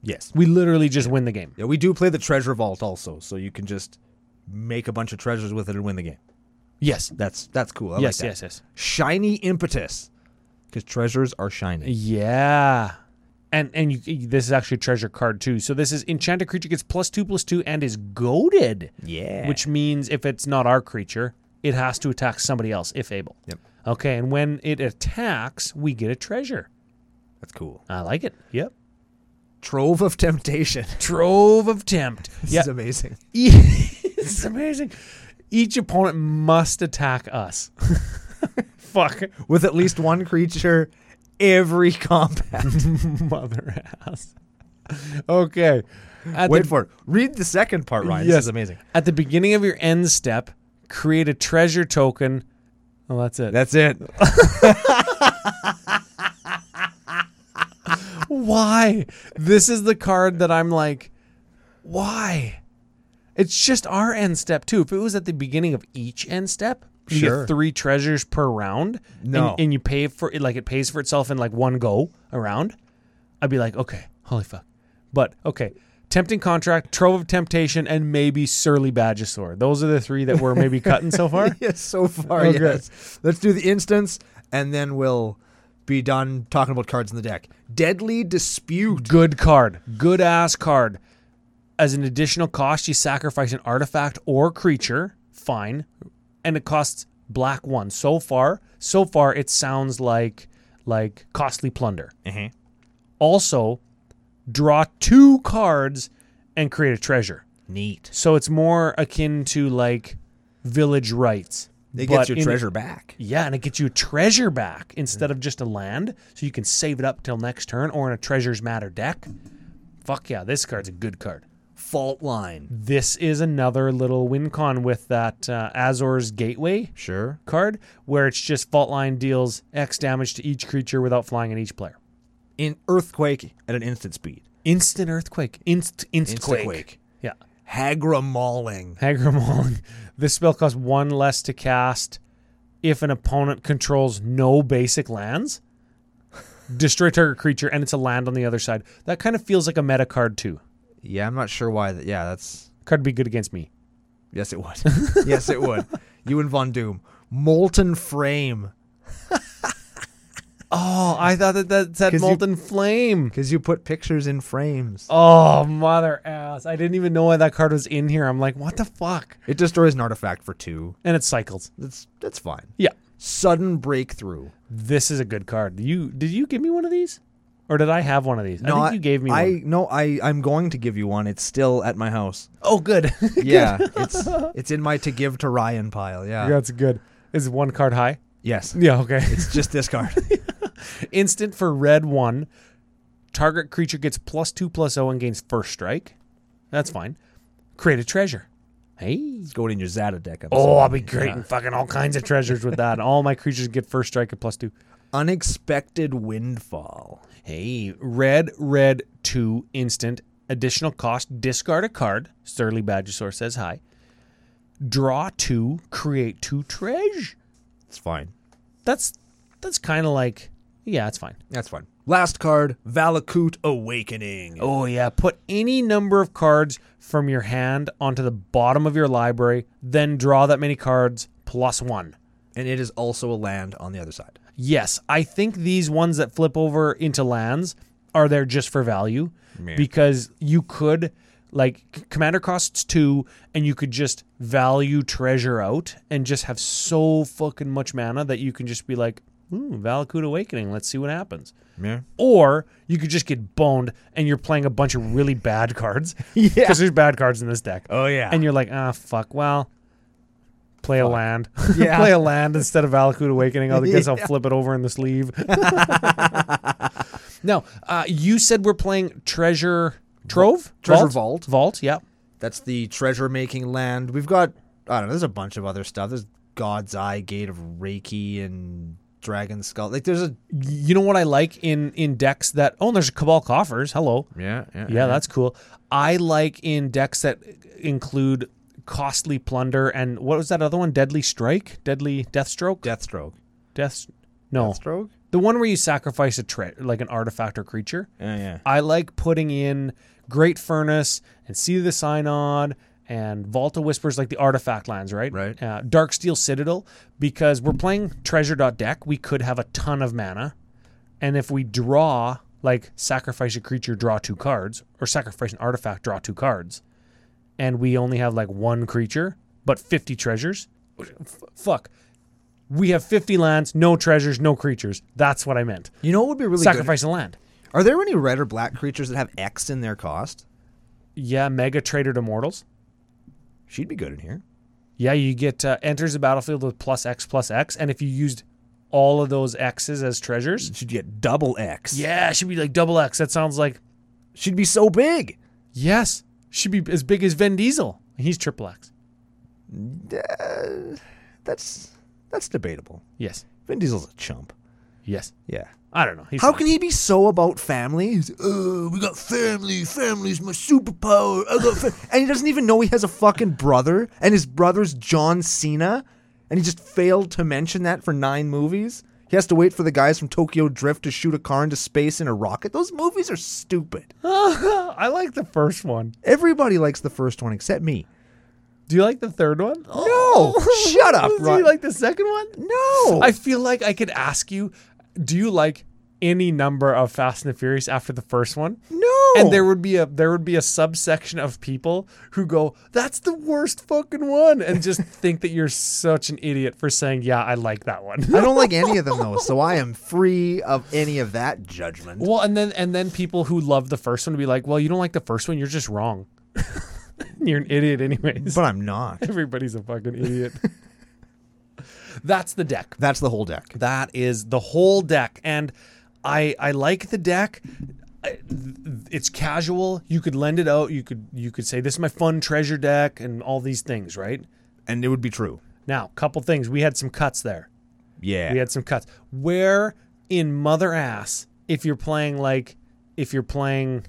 Speaker 1: Yes.
Speaker 2: We literally just win the game.
Speaker 1: Yeah, we do play the treasure vault also, so you can just make a bunch of treasures with it and win the game.
Speaker 2: Yes,
Speaker 1: That's that's cool. I
Speaker 2: yes,
Speaker 1: like that.
Speaker 2: yes, yes.
Speaker 1: Shiny impetus, because treasures are shiny.
Speaker 2: Yeah, and and you, this is actually a treasure card too. So this is enchanted creature gets plus two plus two and is goaded.
Speaker 1: Yeah.
Speaker 2: which means if it's not our creature, it has to attack somebody else if able.
Speaker 1: Yep.
Speaker 2: Okay, and when it attacks, we get a treasure.
Speaker 1: That's cool.
Speaker 2: I like it. Yep.
Speaker 1: Trove of temptation.
Speaker 2: Trove of Tempt.
Speaker 1: this
Speaker 2: yeah.
Speaker 1: is amazing.
Speaker 2: it's E- amazing. Each opponent must attack us. Fuck
Speaker 1: With at least one creature every combat.
Speaker 2: mother ass. Okay. At
Speaker 1: Wait
Speaker 2: the,
Speaker 1: for it. Read the second part, Ryan. This
Speaker 2: Yes.
Speaker 1: is amazing.
Speaker 2: at the beginning of your end step, create a treasure token. Well, that's it.
Speaker 1: That's it.
Speaker 2: why? This is the card that I'm like, why? It's just our end step too. If it was at the beginning of each end step, you
Speaker 1: Sure.
Speaker 2: get three treasures per round. and-
Speaker 1: No.
Speaker 2: and, you pay for it like it pays for itself in like one go around. I'd be like, okay, holy fuck. But okay, tempting contract, trove of temptation, and maybe surly badgesaur. Those are the three that we're maybe cutting so far.
Speaker 1: yes, so far,
Speaker 2: Okay.
Speaker 1: yes. Let's do the instance, and then we'll be done talking about cards in the deck. Deadly dispute.
Speaker 2: Good card. Good ass card. As an additional cost, you sacrifice an artifact or creature. Fine. And it costs black one. So far, so far it sounds like like costly plunder.
Speaker 1: Uh-huh.
Speaker 2: Also, draw two cards and create a treasure.
Speaker 1: Neat.
Speaker 2: So it's more akin to like village rights.
Speaker 1: They
Speaker 2: but
Speaker 1: get your
Speaker 2: in-
Speaker 1: treasure back.
Speaker 2: yeah, and it gets you a treasure back instead of just a land, so you can save it up till next turn or in a treasures matter deck. Fuck yeah, this card's a good card.
Speaker 1: Fault line.
Speaker 2: This is another little win con with that uh, Azor's Gateway
Speaker 1: Sure.
Speaker 2: card, where it's just fault line deals X damage to each creature without flying in each player.
Speaker 1: In earthquake at an instant speed.
Speaker 2: Instant earthquake, inst inst quake.
Speaker 1: Instaquake.
Speaker 2: Yeah,
Speaker 1: Hagra mauling.
Speaker 2: Hagramon. This spell costs one less to cast if an opponent controls no basic lands. Destroy target creature, and it's a land on the other side. That kind of feels like a meta card too.
Speaker 1: Yeah, I'm not sure why. That, yeah, that's.
Speaker 2: Card would be good against me.
Speaker 1: Yes, it would. yes, it would. You and Von Doom. Molten frame.
Speaker 2: Oh, I thought that that said
Speaker 1: 'Cause you-
Speaker 2: molten flame.
Speaker 1: Because you put pictures in frames.
Speaker 2: Oh, mother ass! I didn't even know why that card was in here. I'm like, what the fuck?
Speaker 1: It destroys an artifact for two.
Speaker 2: And it cycles.
Speaker 1: That's that's fine.
Speaker 2: Yeah,
Speaker 1: Sudden breakthrough.
Speaker 2: this is a good card. You did you give me one of these, or did I have one of these? I think you gave me
Speaker 1: I
Speaker 2: one.
Speaker 1: no. I I'm going to give you one. It's still at my house.
Speaker 2: Oh, good.
Speaker 1: Yeah, it's it's in my to give to Ryan pile. Yeah.
Speaker 2: That's good. Is one card high?
Speaker 1: Yes.
Speaker 2: Yeah, okay.
Speaker 1: It's just this card.
Speaker 2: Instant for red one. Target creature gets plus two plus oh and gains first strike. That's fine. Create a treasure. Hey.
Speaker 1: It's going in your Zata deck. I'm
Speaker 2: Oh, I'll be
Speaker 1: assuming.
Speaker 2: creating fucking all kinds of treasures with that. all my creatures get first strike at plus two.
Speaker 1: Unexpected windfall.
Speaker 2: Hey. Red, red, two, instant. Additional cost, discard a card. Surly Badgesaur says hi. Draw two, create two treasure.
Speaker 1: It's fine.
Speaker 2: That's that's kind of like, yeah, it's fine.
Speaker 1: That's fine. Last card, Valakut Awakening.
Speaker 2: Oh yeah, put any number of cards from your hand onto the bottom of your library, then draw that many cards plus 1.
Speaker 1: And it is also a land on the other side.
Speaker 2: Yes, I think these ones that flip over into lands are there just for value because you could like c- commander costs 2 and you could just value treasure out and just have so fucking much mana that you can just be like, "Ooh, Valakut Awakening, let's see what happens."
Speaker 1: Yeah.
Speaker 2: or you could just get boned and you're playing a bunch of really bad cards because there's bad cards in this deck.
Speaker 1: Oh, yeah.
Speaker 2: and you're like, ah, fuck. Well, play a land,
Speaker 1: Yeah.
Speaker 2: play a land instead of Valakut Awakening. I guess I'll
Speaker 1: Yeah.
Speaker 2: flip it over in the sleeve. no, uh, you said we're playing Treasure Trove,
Speaker 1: Treasure
Speaker 2: Vault.
Speaker 1: Vault.
Speaker 2: yeah.
Speaker 1: That's the treasure making land. We've got I don't know, there's a bunch of other stuff. There's God's Eye, Gate of Reiki, and dragon skull. Like there's a
Speaker 2: You know what I like in in decks that oh, and there's Cabal Coffers. Hello.
Speaker 1: yeah
Speaker 2: Yeah, that's cool. I like in decks that include costly plunder and what was that other one? Deadly Strike, Deadly Deathstroke,
Speaker 1: Deathstroke.
Speaker 2: Death. No,
Speaker 1: Deathstroke.
Speaker 2: the one where you sacrifice a tre- like an artifact or creature.
Speaker 1: Yeah yeah.
Speaker 2: I like putting in Great Furnace and See the Synod and Volta Whispers, like the artifact lands, right?
Speaker 1: Right.
Speaker 2: Uh, Dark Steel Citadel, because we're playing Treasure Dot deck. We could have a ton of mana, and if we draw, like sacrifice a creature, draw two cards, or sacrifice an artifact, draw two cards, and we only have like one creature but 50 treasures. F- fuck. We have 50 lands, no treasures, no creatures. That's what I meant.
Speaker 1: You know what would be really good?
Speaker 2: Sacrifice a land.
Speaker 1: Are there any red or black creatures that have X in their cost?
Speaker 2: Yeah, Mega Trader to Mortals.
Speaker 1: She'd be good in here.
Speaker 2: Yeah, you get uh, enters the battlefield with plus X plus X, and if you used all of those X's as treasures,
Speaker 1: She'd get double X.
Speaker 2: yeah, it should be like double X. That sounds like
Speaker 1: She'd be so big.
Speaker 2: yes, should be as big as Vin Diesel. He's triple X.
Speaker 1: Uh, that's that's debatable.
Speaker 2: Yes,
Speaker 1: Vin Diesel's a chump.
Speaker 2: yes.
Speaker 1: Yeah.
Speaker 2: I don't know. He's
Speaker 1: How
Speaker 2: fine.
Speaker 1: can he be so about family? He's, uh, we got family. Family's my superpower. I got fa-" and he doesn't even know he has a fucking brother, and his brother's John Cena, and he just failed to mention that for nine movies. He has to wait for the guys from Tokyo Drift to shoot a car into space in a rocket. Those movies are stupid.
Speaker 2: I like the first one.
Speaker 1: Everybody likes the first one except me.
Speaker 2: Do you like the third one? No.
Speaker 1: shut up,
Speaker 2: Do
Speaker 1: Rod-
Speaker 2: you like the second one?
Speaker 1: Oh. No.
Speaker 2: I feel like I could ask you, do you like any number of Fast and the Furious after the first one?
Speaker 1: no.
Speaker 2: and there would be a there would be a subsection of people who go that's the worst fucking one and just think that you're such an idiot for saying yeah i like that one
Speaker 1: I don't like any of them though, so I am free of any of that judgment.
Speaker 2: well and then and then people who love the first one would be like well you don't like the first one you're just wrong you're an idiot anyways
Speaker 1: But I'm not.
Speaker 2: everybody's a fucking idiot that's the deck
Speaker 1: That's the whole deck.
Speaker 2: That is the whole deck, and I I like the deck. I- It's casual. You could lend it out. You could you could say this is my fun treasure deck and all these things, right?
Speaker 1: And it would be true.
Speaker 2: Now, couple things. We had some cuts there.
Speaker 1: Yeah.
Speaker 2: We had some cuts. Where in mother ass, if you're playing like if you're playing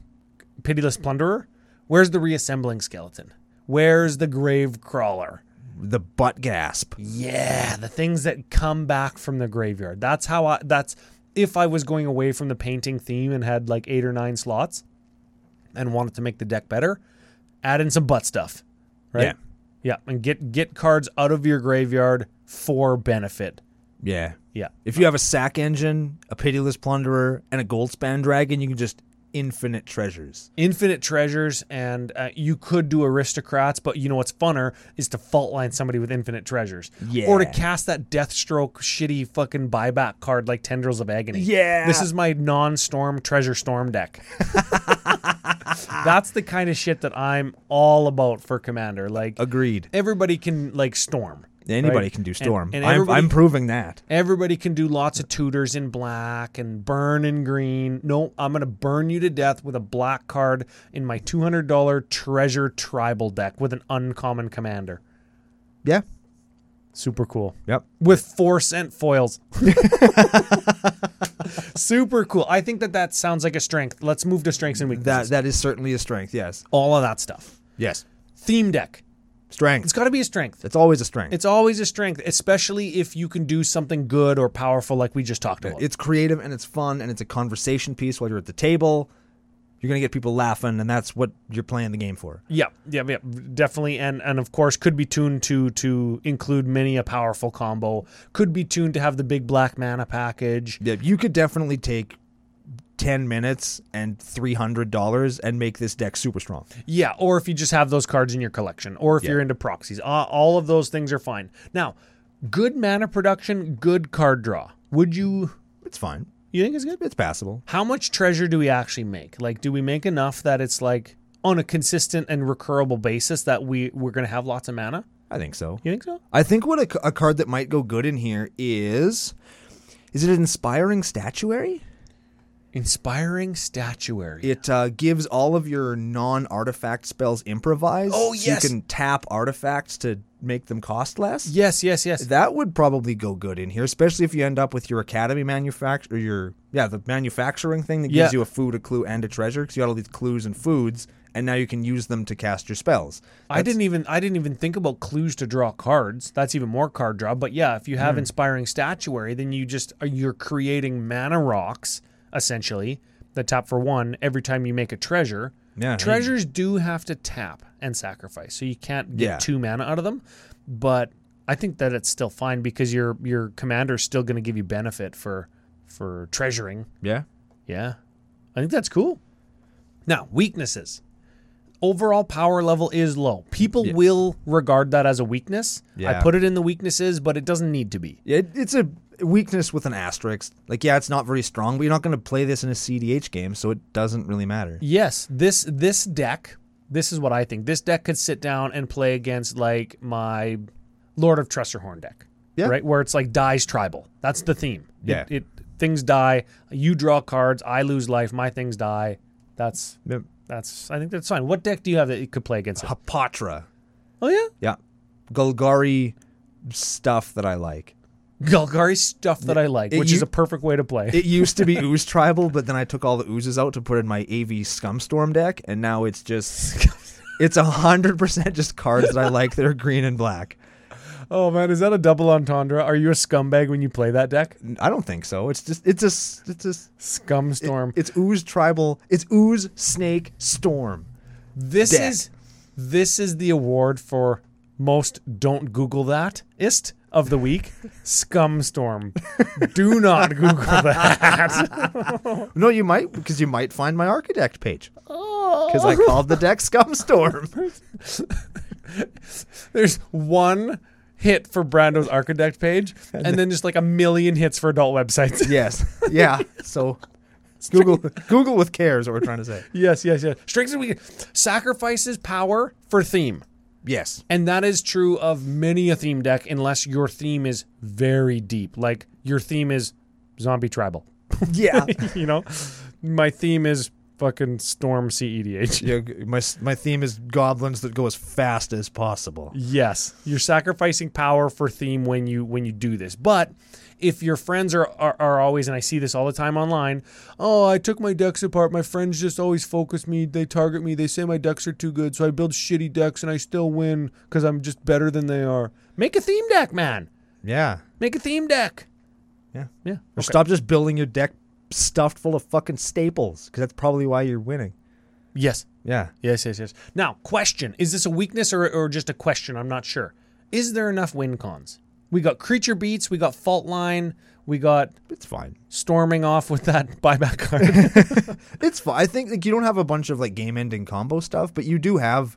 Speaker 2: pitiless plunderer, where's the reassembling skeleton? Where's the grave crawler?
Speaker 1: The butt gasp.
Speaker 2: Yeah, the things that come back from the graveyard. That's how I that's if I was going away from the painting theme and had like 8 or 9 slots and wanted to make the deck better, add in some butt stuff, right?
Speaker 1: Yeah.
Speaker 2: Yeah, and get get cards out of your graveyard for benefit.
Speaker 1: Yeah.
Speaker 2: Yeah.
Speaker 1: If you have a sack engine, a pitiless plunderer, and a goldspan dragon, you can just infinite treasures.
Speaker 2: Infinite treasures, and uh, you could do aristocrats, but you know what's funner is to fault line somebody with infinite treasures, or to
Speaker 1: Yeah.
Speaker 2: cast that Deathstroke shitty fucking buyback card like Tendrils of Agony.
Speaker 1: Yeah.
Speaker 2: This is my non-storm treasure storm deck. That's the kind of shit that I'm all about for commander. Like
Speaker 1: Agreed.
Speaker 2: everybody can like storm.
Speaker 1: Anybody
Speaker 2: right?
Speaker 1: can do
Speaker 2: And-
Speaker 1: storm.
Speaker 2: And,
Speaker 1: I'm,
Speaker 2: everybody,
Speaker 1: I'm proving that.
Speaker 2: everybody can do lots of tutors in black and burn in green. No, I'm gonna burn you to death with a black card in my $200 treasure tribal deck with an uncommon commander.
Speaker 1: Yeah.
Speaker 2: Super cool.
Speaker 1: Yep.
Speaker 2: with four cent foils. Super cool. I think that that sounds like a strength. Let's move to strengths and
Speaker 1: That
Speaker 2: weaknesses.
Speaker 1: that is certainly a strength. Yes.
Speaker 2: All of that stuff.
Speaker 1: Yes.
Speaker 2: Theme deck. It's
Speaker 1: Strength.
Speaker 2: got to be a strength.
Speaker 1: It's always a strength.
Speaker 2: It's always a strength, especially if you can do something good or powerful like we just talked about.
Speaker 1: it's creative and it's fun and it's a conversation piece while you're at the table. You're gonna get people laughing, and that's what you're playing the game for.
Speaker 2: yeah, yeah, yeah, definitely, and and of course could be tuned to to include many a powerful combo. Could be tuned to have the big black mana package.
Speaker 1: Yeah, you could definitely take ten minutes and three hundred dollars and make this deck super strong.
Speaker 2: Yeah, or if you just have those cards in your collection, or if you're into proxies, uh, all of those things are fine. Now, good mana production, good card draw. Would you
Speaker 1: It's fine.
Speaker 2: you think it's good?
Speaker 1: It's passable.
Speaker 2: How much treasure do we actually make? Like, do we make enough that it's like on a consistent and recurrable basis that we we're gonna have lots of mana?
Speaker 1: I think so.
Speaker 2: You think so?
Speaker 1: I think what a, c- a card that might go good in here is is it an inspiring statuary?
Speaker 2: Inspiring statuary.
Speaker 1: It uh, gives all of your non-artifact spells improvised.
Speaker 2: Oh,
Speaker 1: so
Speaker 2: yes.
Speaker 1: you can tap artifacts to make them cost less.
Speaker 2: yes, yes, yes.
Speaker 1: That would probably go good in here, especially if you end up with your academy manufacture or your yeah the manufacturing thing that
Speaker 2: Yeah.
Speaker 1: gives you a food, a clue, and a treasure because you got all these clues and foods, and now you can use them to cast your spells.
Speaker 2: I didn't even I didn't even think about clues to draw cards. That's even more card draw. But yeah, if you
Speaker 1: Hmm.
Speaker 2: have inspiring statuary, then you just uh, you're creating mana rocks essentially. The tap for one every time you make a treasure.
Speaker 1: Yeah, I-
Speaker 2: treasures do have to tap and sacrifice, so you can't get
Speaker 1: Yeah.
Speaker 2: two mana out of them. But I think that it's still fine because your your commander's still going to give you benefit for for treasuring.
Speaker 1: Yeah,
Speaker 2: Yeah. I think that's cool. Now, weaknesses. Overall power level is low. People will regard that as a weakness. I
Speaker 1: Yeah.
Speaker 2: put it in the weaknesses, but it doesn't need to be.
Speaker 1: yeah, it, it's a weakness with an asterisk. Like yeah, it's not very strong, but you're not going to play this in a CDH game, so it doesn't really matter.
Speaker 2: Yes, this this deck, this is what I think. This deck could sit down and play against like my Lord of Tressorhorn deck.
Speaker 1: Yeah.
Speaker 2: Right? Where it's like dies tribal. That's the theme. It-
Speaker 1: Yeah.
Speaker 2: It, things die, you draw cards, I lose life, my things die. That's
Speaker 1: Yeah.
Speaker 2: that's I think that's fine. What deck do you have that you could play against it?
Speaker 1: Hapatra.
Speaker 2: Oh yeah?
Speaker 1: Yeah, Golgari stuff that I like.
Speaker 2: Golgari stuff that I like,
Speaker 1: It
Speaker 2: which is
Speaker 1: u-
Speaker 2: a perfect way to play.
Speaker 1: It used to be ooze tribal, but then I took all the oozes out to put in my AV Scumstorm deck, and now it's just it's a hundred percent just cards that I like that are green and black.
Speaker 2: oh man, is that a double entendre? Are you a scumbag when you play that deck?
Speaker 1: I don't think so. It's just it's just it's just
Speaker 2: Scumstorm.
Speaker 1: it's ooze tribal. It's ooze snake storm.
Speaker 2: this
Speaker 1: deck.
Speaker 2: is this is the award for most don't Google that ist of the week. Scumstorm. Do not Google that.
Speaker 1: No, you might because you might find my architect page because I called the deck Scumstorm.
Speaker 2: There's one hit for Brando's architect page, and then just like a million hits for adult websites.
Speaker 1: yes, yeah. So Google Google with care is what we're trying to say.
Speaker 2: yes, yes, yes. Strengths and weaknesses. Sacrifices power for theme.
Speaker 1: Yes.
Speaker 2: And that is true of many a theme deck, unless your theme is very deep. Like your theme is zombie tribal.
Speaker 1: Yeah.
Speaker 2: you know, my theme is fucking storm E CEDH.
Speaker 1: Yeah, g- my s- my theme is goblins that go as fast as possible.
Speaker 2: Yes, you're sacrificing power for theme when you when you do this. But if your friends are, are are always, and I see this all the time online. Oh, I took my decks apart. My friends just always focus me. They target me. They say my decks are too good, so I build shitty decks and I still win because I'm just better than they are. Make a theme deck, man.
Speaker 1: Yeah,
Speaker 2: Make a theme deck.
Speaker 1: yeah.
Speaker 2: Yeah.
Speaker 1: Or stop just building your deck stuffed full of fucking staples, because that's probably why you're winning.
Speaker 2: Yes.
Speaker 1: Yeah.
Speaker 2: Yes, yes, yes. Now, question. Is this a weakness or, or just a question? I'm not sure. Is there enough win cons? We got creature beats, we got fault line, we got
Speaker 1: It's fine.
Speaker 2: storming off with that buyback card.
Speaker 1: It's fine. I think like you don't have a bunch of like game-ending combo stuff, but you do have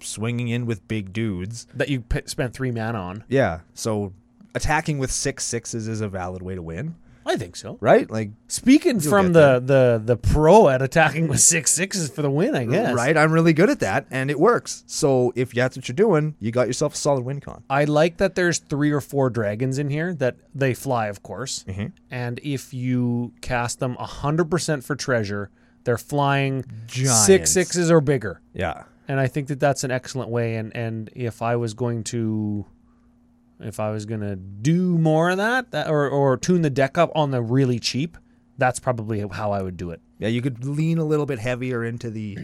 Speaker 1: swinging in with big dudes.
Speaker 2: that you p- spent three mana on.
Speaker 1: Yeah. So attacking with six sixes is a valid way to win,
Speaker 2: I think so.
Speaker 1: right? Like,
Speaker 2: Speaking
Speaker 1: get
Speaker 2: from the, the, the pro at attacking with six sixes for the win, I guess.
Speaker 1: right? I'm really good at that, and it works. So if that's what you're doing, you got yourself a solid win con.
Speaker 2: I like that there's three or four dragons in here that they fly, of course. And if you cast them 100% for treasure, they're flying six
Speaker 1: Giants.
Speaker 2: sixes or bigger.
Speaker 1: Yeah.
Speaker 2: and I think that that's an excellent way. And and if I was going to, if I was going to do more of that, that or or tune the deck up on the really cheap, that's probably how I would do it.
Speaker 1: Yeah, you could lean a little bit heavier into the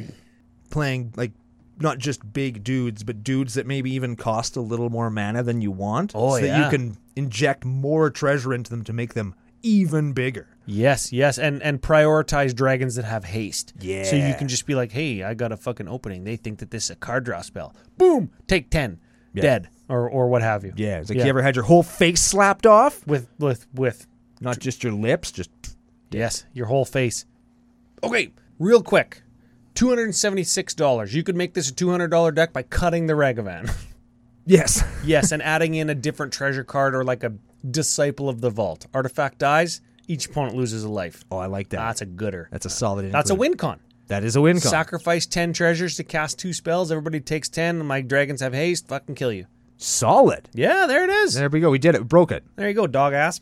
Speaker 1: playing like not just big dudes, but dudes that maybe even cost a little more mana than you want.
Speaker 2: Oh,
Speaker 1: so
Speaker 2: yeah.
Speaker 1: that you can inject more treasure into them to make them even bigger.
Speaker 2: Yes, yes, and and prioritize dragons that have haste. So you
Speaker 1: Yeah.
Speaker 2: can just be like, hey, I got a fucking opening. They think that this is a card draw spell. Boom, take ten, dead, or or what have you.
Speaker 1: Yeah. It's like you ever had your whole face slapped off?
Speaker 2: with with with
Speaker 1: Not just your lips, just
Speaker 2: Yes, your whole face. Okay, real quick. $276. You could make this a $200 deck by cutting the Ragavan.
Speaker 1: Yes.
Speaker 2: yes, and adding in a different treasure card or like a Disciple of the Vault. Artifact dies, each opponent loses a life.
Speaker 1: Oh, I like that.
Speaker 2: That's a gooder.
Speaker 1: That's a solid
Speaker 2: That's a
Speaker 1: include.
Speaker 2: win con.
Speaker 1: That is a win con.
Speaker 2: Sacrifice 10 treasures to cast two spells. Everybody takes 10. My dragons have haste. Fucking kill you.
Speaker 1: solid.
Speaker 2: Yeah, there it is.
Speaker 1: There we go. We did it. We broke it.
Speaker 2: There you go, dog ass.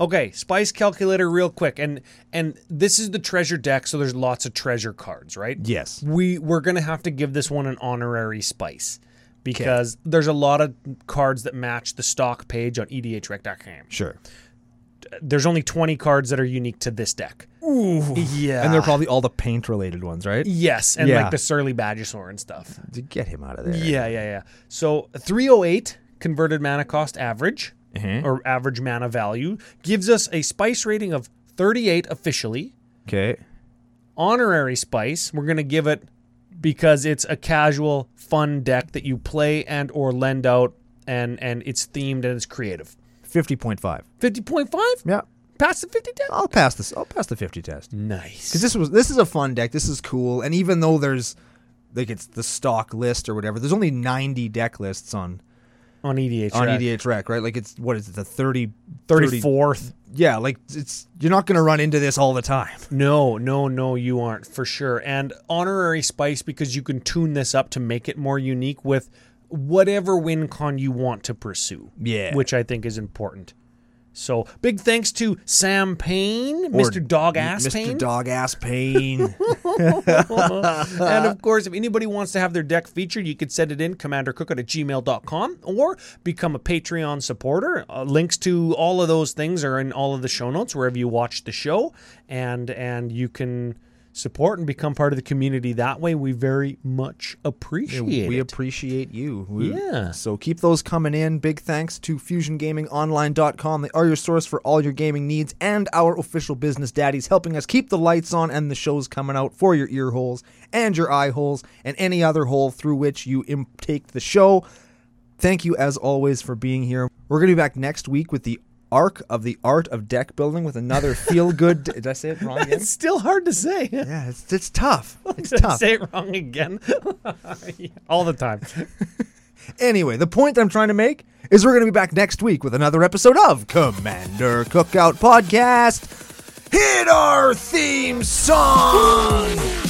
Speaker 2: Okay, spice calculator real quick. And and this is the treasure deck, so there's lots of treasure cards, right?
Speaker 1: Yes.
Speaker 2: We we're going to have to give this one an honorary spice because there's a lot of cards that match the stock page on E edhrec.com.
Speaker 1: Sure.
Speaker 2: There's only 20 cards that are unique to this deck. Yeah.
Speaker 1: And they're probably all the paint related ones, right?
Speaker 2: Yes, and
Speaker 1: Yeah.
Speaker 2: like the surly badgesaur and stuff.
Speaker 1: To get him out of there.
Speaker 2: Yeah, yeah, yeah. So 308 converted mana cost average or average mana value gives us a spice rating of 38 officially.
Speaker 1: Okay.
Speaker 2: Honorary spice, we're going to give it because it's a casual fun deck that you play and or lend out and and it's themed and it's creative.
Speaker 1: 50.5.
Speaker 2: 50.5?
Speaker 1: Yeah.
Speaker 2: Pass the 50 down.
Speaker 1: I'll pass this. I'll pass the 50 test.
Speaker 2: Nice.
Speaker 1: Because this was this is a fun deck. This is cool. And even though there's like it's the stock list or whatever, there's only 90 deck lists on
Speaker 2: On E EDH.
Speaker 1: on E
Speaker 2: Rec.
Speaker 1: EDH rec, right? Like it's what is it the 30 30
Speaker 2: 34th.
Speaker 1: yeah, like it's you're not going to run into this all the time.
Speaker 2: No, no, no, you aren't for sure. And honorary spice because you can tune this up to make it more unique with whatever win con you want to pursue.
Speaker 1: Yeah.
Speaker 2: Which I think is important. So big thanks to Sam Payne, Mr. Dog Ass
Speaker 1: Mr.
Speaker 2: Payne.
Speaker 1: Dog Ass Pain.
Speaker 2: and of course, if anybody wants to have their deck featured, you could send it in commandercookout at gmail.com or become a Patreon supporter. Uh, links to all of those things are in all of the show notes wherever you watch the show, and and you can support and become part of the community that way. We very much appreciate
Speaker 1: we
Speaker 2: it.
Speaker 1: appreciate you. We-
Speaker 2: Yeah.
Speaker 1: So keep those coming in. Big thanks to FusionGamingOnline.com. They are your source for all your gaming needs and our official business daddies helping us keep the lights on and the shows coming out for your ear holes and your eye holes and any other hole through which you intake the show. Thank you, as always, for being here. We're going to be back next week with the arc of the art of deck building with another feel good. Did I say it wrong again?
Speaker 2: it's still hard to say.
Speaker 1: Yeah, it's, it's tough. It's
Speaker 2: Did I
Speaker 1: tough.
Speaker 2: Say it wrong again. All the time.
Speaker 1: Anyway, the point I'm trying to make is we're going to be back next week with another episode of Commander Cookout Podcast. Hit our theme song!